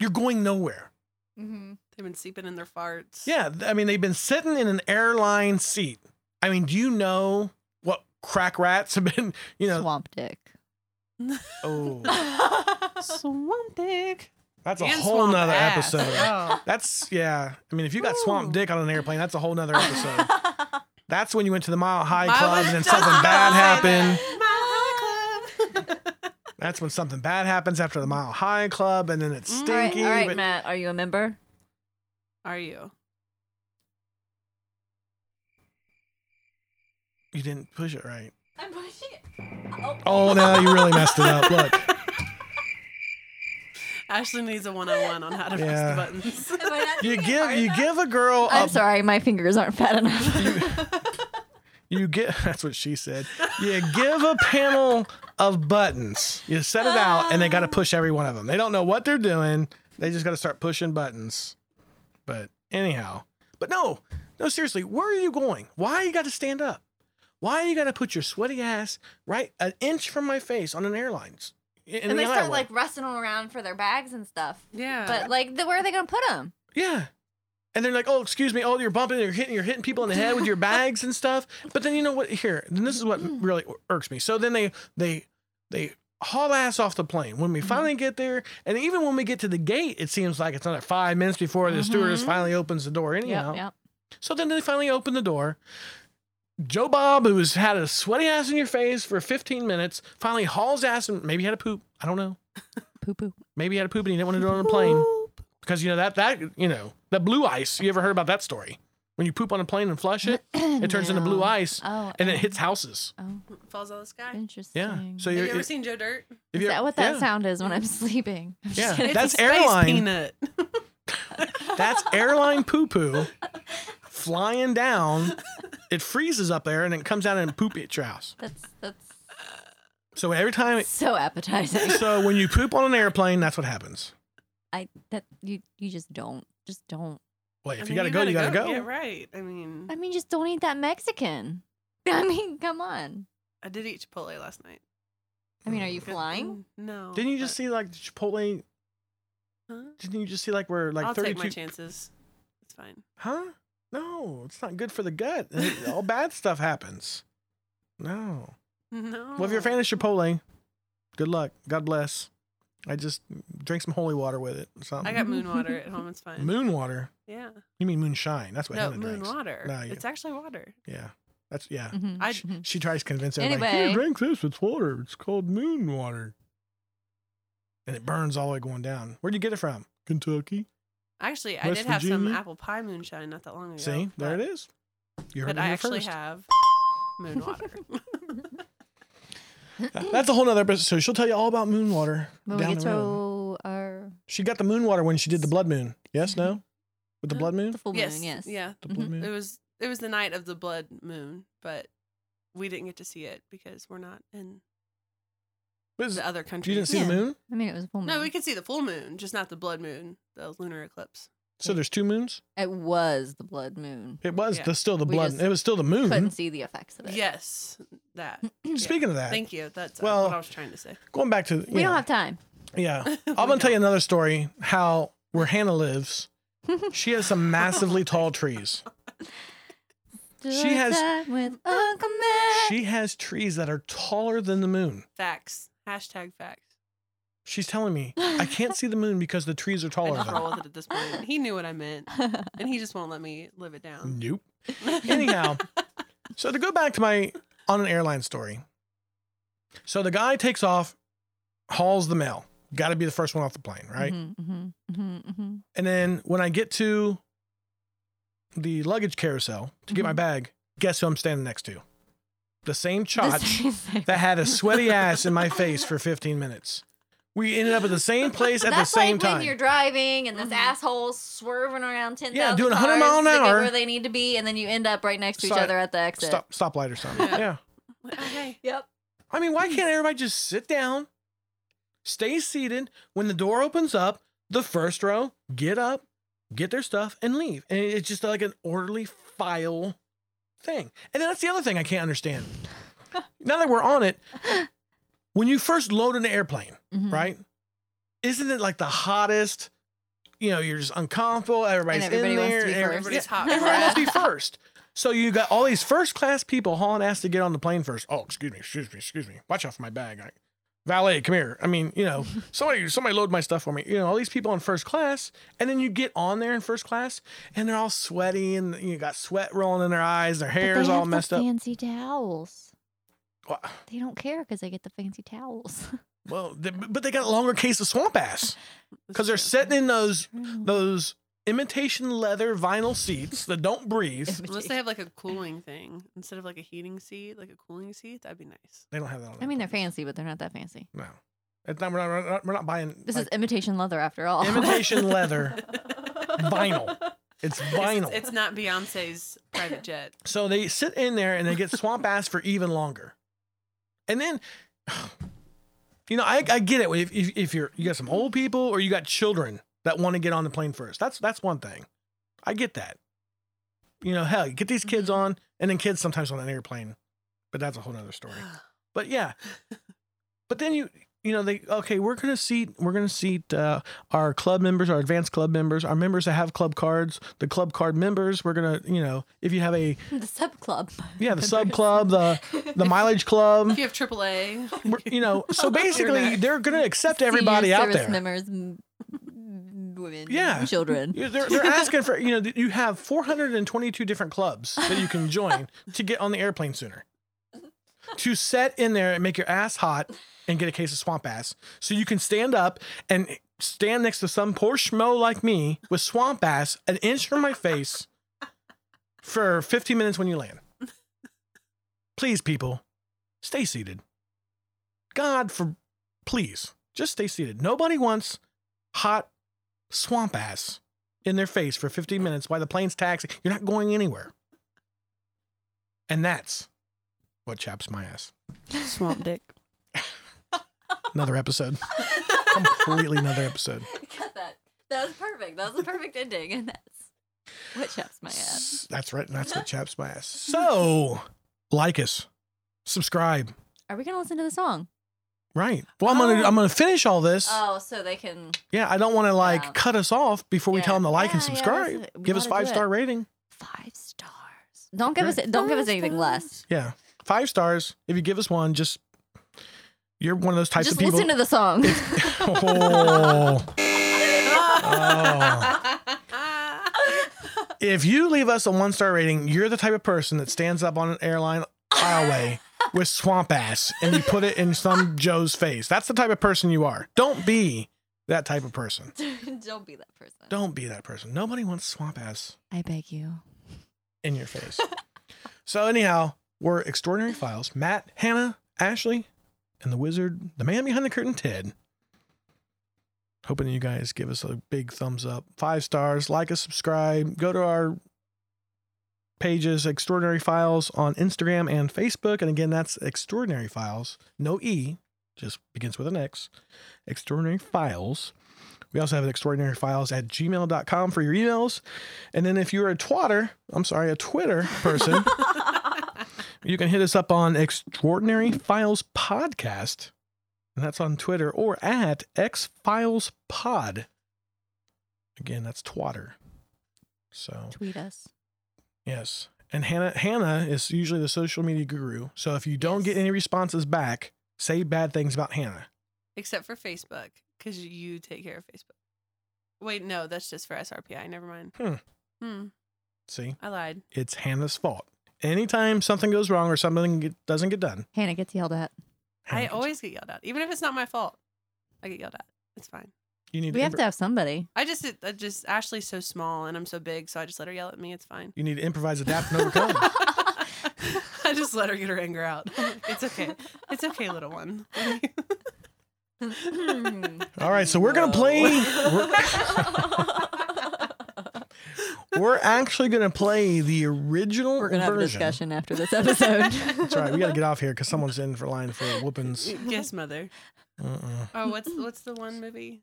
A: You're going nowhere.
C: Mm-hmm.
B: They've been sleeping in their farts.
A: Yeah, th- I mean, they've been sitting in an airline seat. I mean, do you know what crack rats have been? You know,
C: Swamp dick.
A: oh,
B: Swamp dick.
A: that's a
B: And
A: whole
B: swamp
A: nother
B: ass.
A: episode.
C: Oh.
A: That's yeah. I mean, if you got swamp
C: Ooh.
A: dick on an airplane, that's a whole nother episode. that's when you went to the Mile High
B: I
A: clubs
B: was
A: and
B: just
A: something
B: gonna
A: bad
B: say
A: happened.
B: My club.
A: That's when something bad happens after the Mile High Club, and then it's
B: Mm.
C: all right,
A: stinky.
C: all right
A: but-
C: Matt. Are you a member?
B: Are you?
A: You didn't push it right.
C: I'm pushing it. Oh.
A: Oh no, you really messed it up. Look,
B: Ashley needs a one-on-one on how to
A: Yeah.
B: press the buttons.
A: you give you give a girl.
C: I'm
A: a,
C: sorry, my fingers aren't fat enough.
A: You get that's what she said. You give a panel of buttons. You set it out, and they got to push every one of them. They don't know what they're doing. They just got to start pushing buttons. But anyhow, but no, no, seriously, where are you going? Why you got to stand up? Why you got to put your sweaty ass right an inch from my face on an airlines? In
C: and
A: the
C: they start
A: aisle?
C: like wrestling around for their bags and stuff.
B: yeah.
C: But like, the, where are they gonna put them?
A: yeah. And they're like, oh, excuse me, oh, you're bumping, you're hitting, you're hitting people in the head with your bags and stuff. But then you know what? Here, and this is what
C: Hmm.
A: really irks me. So then they they they haul ass off the plane when we
C: Mm-hmm.
A: finally get there, and even when we get to the gate, it seems like it's another five minutes before the stewardess
C: Mhm.
A: finally opens the door. Anyhow,
C: yep.
A: so then they finally open the door. Joe Bob, who's had a sweaty ass in your face for 15 minutes, finally hauls ass and maybe had a poop. I don't know.
C: Poo poo.
A: Maybe he had a poop and he didn't want to do it on a plane because you know that that you know the blue ice. You ever heard about that story? When you poop on a plane and flush it, it turns into blue ice,
C: Oh,
A: and it hits houses.
C: Oh,
B: Falls out of the sky.
C: interesting.
A: Yeah. So
B: Have
A: you're,
B: you ever seen Joe Dirt?
A: if
C: is
A: you're-
C: that what that
A: yeah.
C: sound is when I'm sleeping? I'm just
A: Yeah.
C: kidding.
A: That's
B: a space
A: airline.
B: peanut.
A: That's airline poo poo flying down. It freezes up there and it comes down and poop at your house.
C: that's that's
A: So every time,
C: so appetizing.
A: so when you poop on an airplane, that's what happens.
C: I that you you just don't just don't.
A: Wait,
B: I
A: if
B: mean,
A: you gotta go, you gotta go.
B: Yeah, right. I mean,
C: I mean, just don't eat that Mexican. I mean, come on.
B: I did eat Chipotle last night.
C: I mean, are you
B: Good- mm,
C: flying?
B: No.
A: Didn't you just
B: but-
A: see like the Chipotle?
B: Huh?
A: Didn't you just see like we're like
B: I'll
A: thirty
B: take my
A: two?
B: chances. It's fine.
A: Huh? No, it's not good for the gut. All bad stuff happens. No.
B: No.
A: Well, if you're a fan of Chipotle, good luck. God bless. I just drink some holy water with it. Or something.
B: I got moon water at home. It's fine.
A: moon water.
B: Yeah.
A: You mean moonshine? That's what
B: No,
A: Hannah
B: moon
A: drinks.
B: water. Mm.
A: No, you-
B: It's actually water.
A: Yeah, that's yeah.
C: Mhm.
B: I-
C: Mhm.
A: She tries to convince everybody. Anyway.
C: Anyway.
A: drink this. It's water. It's called moon water. And it burns all the way going down. Where'd you get it from? Kentucky.
B: Actually, I
A: West
B: did have some
A: Virginia?
B: apple pie moonshine not that long ago.
A: See, there
B: but,
A: it is. You heard
B: But
A: it
B: I
A: here
B: actually
A: first.
B: have moon water.
A: That's a whole nother episode. So she'll tell you all about moon water.
C: When we
A: down
C: get
A: the road.
C: to our
A: She got the moon water when she did the blood moon. Yes, no? With the blood moon?
C: Mm-hmm. the full
B: yes.
C: moon, yes.
B: Yeah.
A: The blood
C: Mhm.
B: Mm-hmm. It
A: moon.
B: was it was the night of the blood moon, but we didn't get to see it because we're not in
A: What is-
B: the other country.
A: you didn't see
C: Yeah.
A: the moon?
C: I mean, it was a full moon.
B: No, we could see the full moon, just not the blood moon, the lunar eclipse.
A: So there's two moons?
C: It was the blood moon.
A: It was
B: Yeah.
A: the, still the
C: We
A: blood.
C: just
A: It was still the
C: Couldn't
A: moon.
C: see the effects of it.
B: Yes, that.
A: Speaking of that,
B: Thank you. That's uh,
A: Well,
B: what I was trying to say.
A: going back to.
C: We
A: yeah,
C: don't have time.
A: Yeah.
B: We
A: I'm going to tell you
B: don't.
A: another story how where Hannah lives, she has some massively tall trees. She has-
C: Time with Uncle Matt.
A: She has trees that are taller than the moon.
B: facts. Hashtag facts.
A: She's telling me I can't see the moon because the trees are
B: I
A: taller
B: just
A: than. it."
B: roll with it at this point. He knew what I meant, and he just won't let me live it down.
A: Nope. Anyhow, so to go back to my on an airline story. So the guy takes off, hauls the mail. Got to be the first one off the plane, right?
C: Mm-hmm, hmm hmm
A: And then when I get to the luggage carousel to get my
C: Mhm.
A: bag, guess who I'm standing next to? The same chotch that
C: that
A: had a sweaty ass in my face for 15 minutes. We ended up at the same place at the
C: That's
A: same
C: like
A: time.
C: when you're driving and this
B: Mhm.
C: asshole's swerving around 10,000
A: Yeah, doing 100
C: cars
A: mile an
C: to get
A: hour.
C: where they need to be, and then you end up right next to each
A: Stop-
C: other at the exit.
A: Stop, stoplight or something.
B: Yeah.
A: yeah.
B: Like, oh, hey,
C: Yep.
A: I mean, why can't everybody just sit down, stay seated? When the door opens up, the first row get up, get their stuff, and leave. And it's just like an orderly file thing. And then that's the other thing I can't understand. now that we're on it, when you first load an airplane,
C: Mhm.
A: right? Isn't it like the hottest? You know, you're just uncomfortable. Everybody's
C: everybody
A: in
C: wants to
A: there.
C: be
A: and
C: first.
B: everybody's hot
A: Everyone must
B: breath.
A: be first. So you got all these first class people hauling ass to get on the plane first. Oh, excuse me, excuse me, excuse me. Watch out for my bag. I, valet, come here. I mean, you know, somebody, somebody load my stuff for me. You know, all these people in first class, and then you get on there in first class, and they're all sweaty, and you got sweat rolling in their eyes, their
C: But
A: hair is
C: they
A: all
C: have the
A: messed up.
C: Fancy towels.
A: Well,
C: They don't care because they get the fancy towels.
A: Well, they, but they got a longer case of swamp ass
B: this
A: because they're
B: is-
A: sitting in those
C: Mm.
A: those imitation leather vinyl seats that don't breathe.
B: Unless they have like a cooling thing instead of like a heating seat, like a cooling seat, that'd be nice.
A: They don't have that. On
C: I mean, they're
A: airplanes.
C: fancy, but they're not that fancy.
A: No, it's not, we're, not, we're not. we're not buying.
C: This
A: like,
C: is imitation leather, after all.
A: imitation leather. Vinyl. It's vinyl.
B: It's, it's not Beyonce's private jet.
A: so they sit in there and they get swamp ass for even longer, and then. You know, I, I get it. If, if, if you're you got some old people or you got children that want to get on the plane first, that's that's one thing. I get that. You know, hell, you get these
C: Mm-hmm.
A: kids on, and then kids sometimes on an airplane, but that's a whole nother story. But yeah. But then you you know they okay we're gonna seat we're gonna seat uh, our club members our advanced club members our members that have club cards the club card members we're gonna you know if you have a
C: the sub club.
A: yeah the sub club the the mileage club
B: If you have AAA,
A: we're- you know so basically
B: next.
A: they're gonna accept everybody out there
C: Members, m- m- women,
A: Yeah.
C: children.
A: You- they're, they're asking for you know th- you have 422 different clubs that you can join to get on the airplane sooner to set in there and make your ass hot and get a case of swamp ass so you can stand up and stand next to some poor schmo like me with swamp ass an inch from my face for 15 minutes when you land please people stay seated god for please just stay seated nobody wants hot swamp ass in their face for 15 minutes while the plane's taxi. You're not going anywhere. And that's what chaps my ass.
B: swamp dick.
A: Another episode. Completely another episode.
C: Got that. That was perfect. That was the perfect ending, and that's what chaps my ass.
A: S- That's right. and That's what chaps my ass. So, like us, subscribe.
C: Are we gonna listen to the song?
A: Right. Well, I'm gonna
C: Oh.
A: I'm gonna finish all this.
C: Oh, so they can.
A: yeah, I don't want to like
C: Yeah.
A: cut us off before we
C: Yeah.
A: tell them to like and
C: Yeah, yeah,
A: subscribe.
C: that's it. We
A: Give us
C: gotta do
A: five
C: it.
A: star rating.
C: Five stars. Don't give us. Don't give us anything less.
A: Yeah, five stars. If you give us one, just you're one of those types
C: Just
A: of people.
C: listen to the song.
A: oh. Oh. If you leave us a one star rating, you're the type of person that stands up on an airline aisleway with swamp ass and you put it in some Joe's face. That's the type of person you are. Don't be that type of person.
C: don't be that person.
A: Don't be that person. Nobody wants swamp ass
C: I beg you.
A: in your face. so, anyhow, we're Extraordinary Files. Matt, Hannah, Ashley, and the wizard, the man behind the curtain, Ted. Hoping you guys give us a big thumbs up. Five stars, like us, subscribe, go to our pages, Extraordinary Files on Instagram and Facebook. And again, that's Extraordinary Files, no E, just begins with an X. Extraordinary Files. We also have extraordinary files at gmail.com for your emails. And then if you're a twatter, I'm sorry, a Twitter person, you can hit us up on Extraordinary Files Podcast. And that's on Twitter or at X Files Pod. Again, that's Twatter. So
C: Tweet us.
A: yes. And Hannah Hannah is usually the social media guru. So if you don't get any responses back, say bad things about Hannah.
B: Except for Facebook, because you take care of Facebook. Wait, no, that's just for SRPI. Never mind.
A: Hmm.
B: Hmm.
A: See,
B: I lied.
A: it's Hannah's fault. Anytime something goes wrong or something get- doesn't get done,
C: Hannah gets yelled at.
A: Hannah
B: I
A: gets-
B: always get yelled at, even if it's not my fault. I get yelled at. It's fine.
A: you need
C: We have
A: impro-
C: to have somebody.
B: I just, I just Ashley's so small and I'm so big, so I just let her yell at me. It's fine.
A: you need to improvise, adapt, and overcome.
B: I just let her get her anger out. It's okay. It's okay, little one.
C: Hmm.
A: All right, so we're gonna play. We're, we're actually gonna play the original
C: We're gonna have a
A: version.
C: discussion after this episode.
A: That's right. We gotta get off here because someone's in for line for whoopings.
B: yes, mother.
A: Uh-uh.
B: Oh, what's what's the one movie?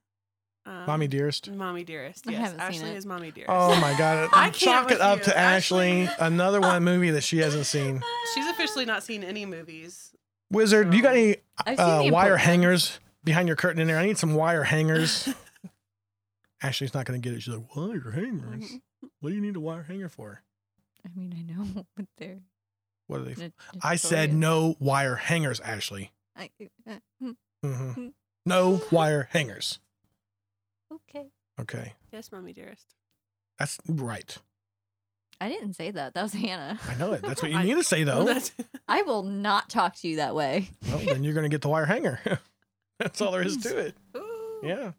B: Um,
A: Mommy dearest.
B: Mommy dearest.
C: I
B: Yes,
C: haven't seen
B: Ashley
C: it.
B: is mommy dearest.
A: Oh my god!
B: I can't
A: Chalk it
B: with
A: up
B: you,
A: to Ashley.
B: Ashley.
A: Another one movie that she hasn't seen.
B: She's officially not seen any movies.
A: Wizard, do you got any
C: I've seen
A: uh,
C: the
A: wire
C: important
A: hangers behind your curtain in there? I need some wire hangers. Ashley's not going to get it. She's like, wire hangers? What do you need a wire hanger for?
C: ones. I mean, I know, but they're.
A: What are they? For?
C: they're
A: I said
C: notorious.
A: no wire hangers, Ashley.
C: I, uh,
A: hmm No wire hangers.
C: okay.
A: Okay,
B: Yes, mommy dearest.
A: that's right.
C: I didn't say that. That was Hannah.
A: I know it. That's what you
B: I-
A: need to say though.
B: That's-
C: I will not talk to you that way.
A: Well, then you're going to get the wire hanger. that's all there is to it.
B: Ooh.
A: Yeah.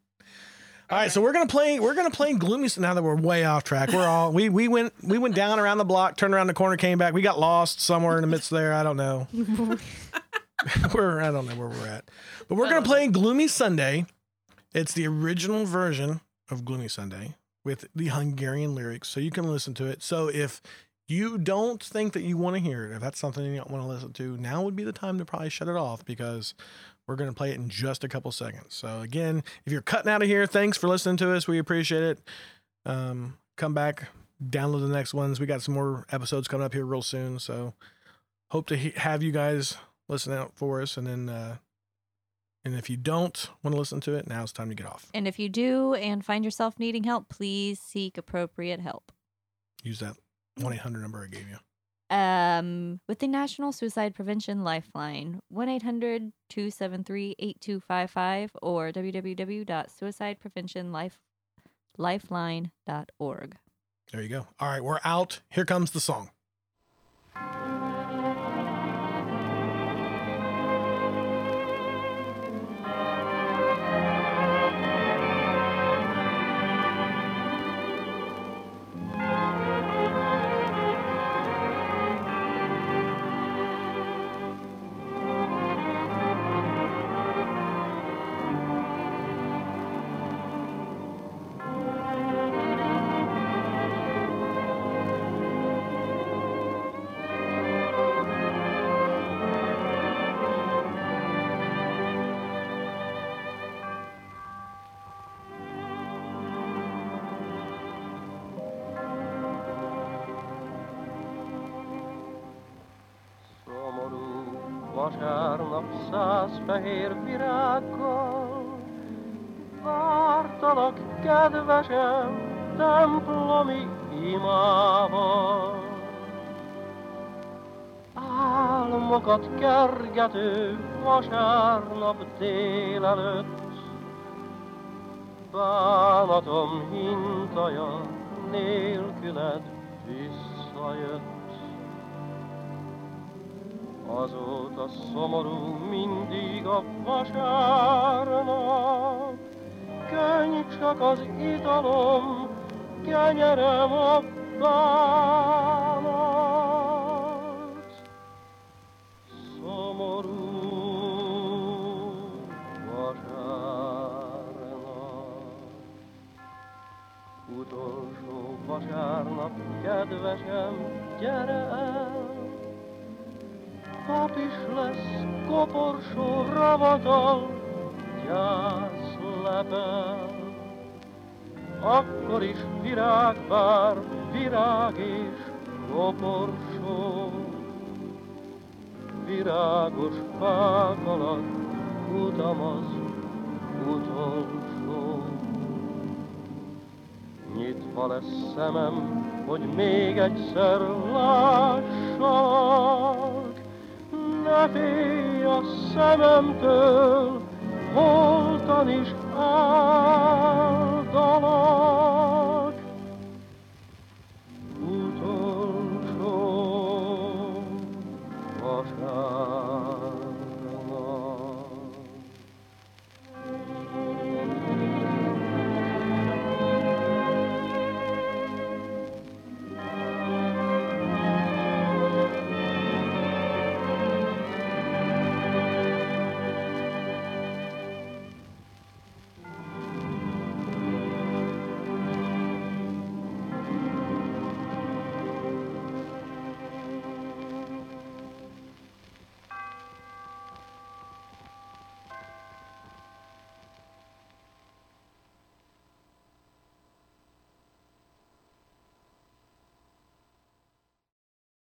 A: All right,
B: Okay.
A: so we're gonna play. We're gonna play Gloomy. Now that we're way off track, we're all we we went we went down around the block, turned around the corner, came back. We got lost somewhere in the midst there. I don't know. we're I don't know where we're at, but we're gonna play Gloomy Sunday. It's the original version of Gloomy Sunday with the Hungarian lyrics, so you can listen to it. So if you don't think that you want to hear it, if that's something you don't want to listen to, now would be the time to probably shut it off because we're going to play it in just a couple seconds. So again, if you're cutting out of here, thanks for listening to us. We appreciate it. Um, come back, download the next ones. We got some more episodes coming up here real soon. So hope to he- have you guys listen out for us. And then, uh, and if you don't want to listen to it, now it's time to get off.
C: And if you do and find yourself needing help, please seek appropriate help.
A: Use that one eight hundred number I gave you.
C: Um, with the National Suicide Prevention Lifeline, 1 800 273 8255 or www.suicidepreventionlifeline.org.
A: There you go. All right, we're out. Here comes the song.
E: Szomorú vasárnap száz fehér virággal Vártalak, kedvesem, templomi imával Álmokat kergető vasárnap délelőtt Bánatom hintaja nélküled visszajött Azóta szomorú mindig a vasárnap, Könny csak az italom, kenyerem a bánat. Szomorú vasárnap. Utolsó vasárnap, kedvesem, gyere el! pap is lesz, koporsó ravatal, gyász lepel. Akkor is virág vár, virág és koporsó. Virágos fák alatt utam az utolsó. Nyitva lesz szemem, hogy még egyszer lássalak, ne félj a szememtől, hol astonished I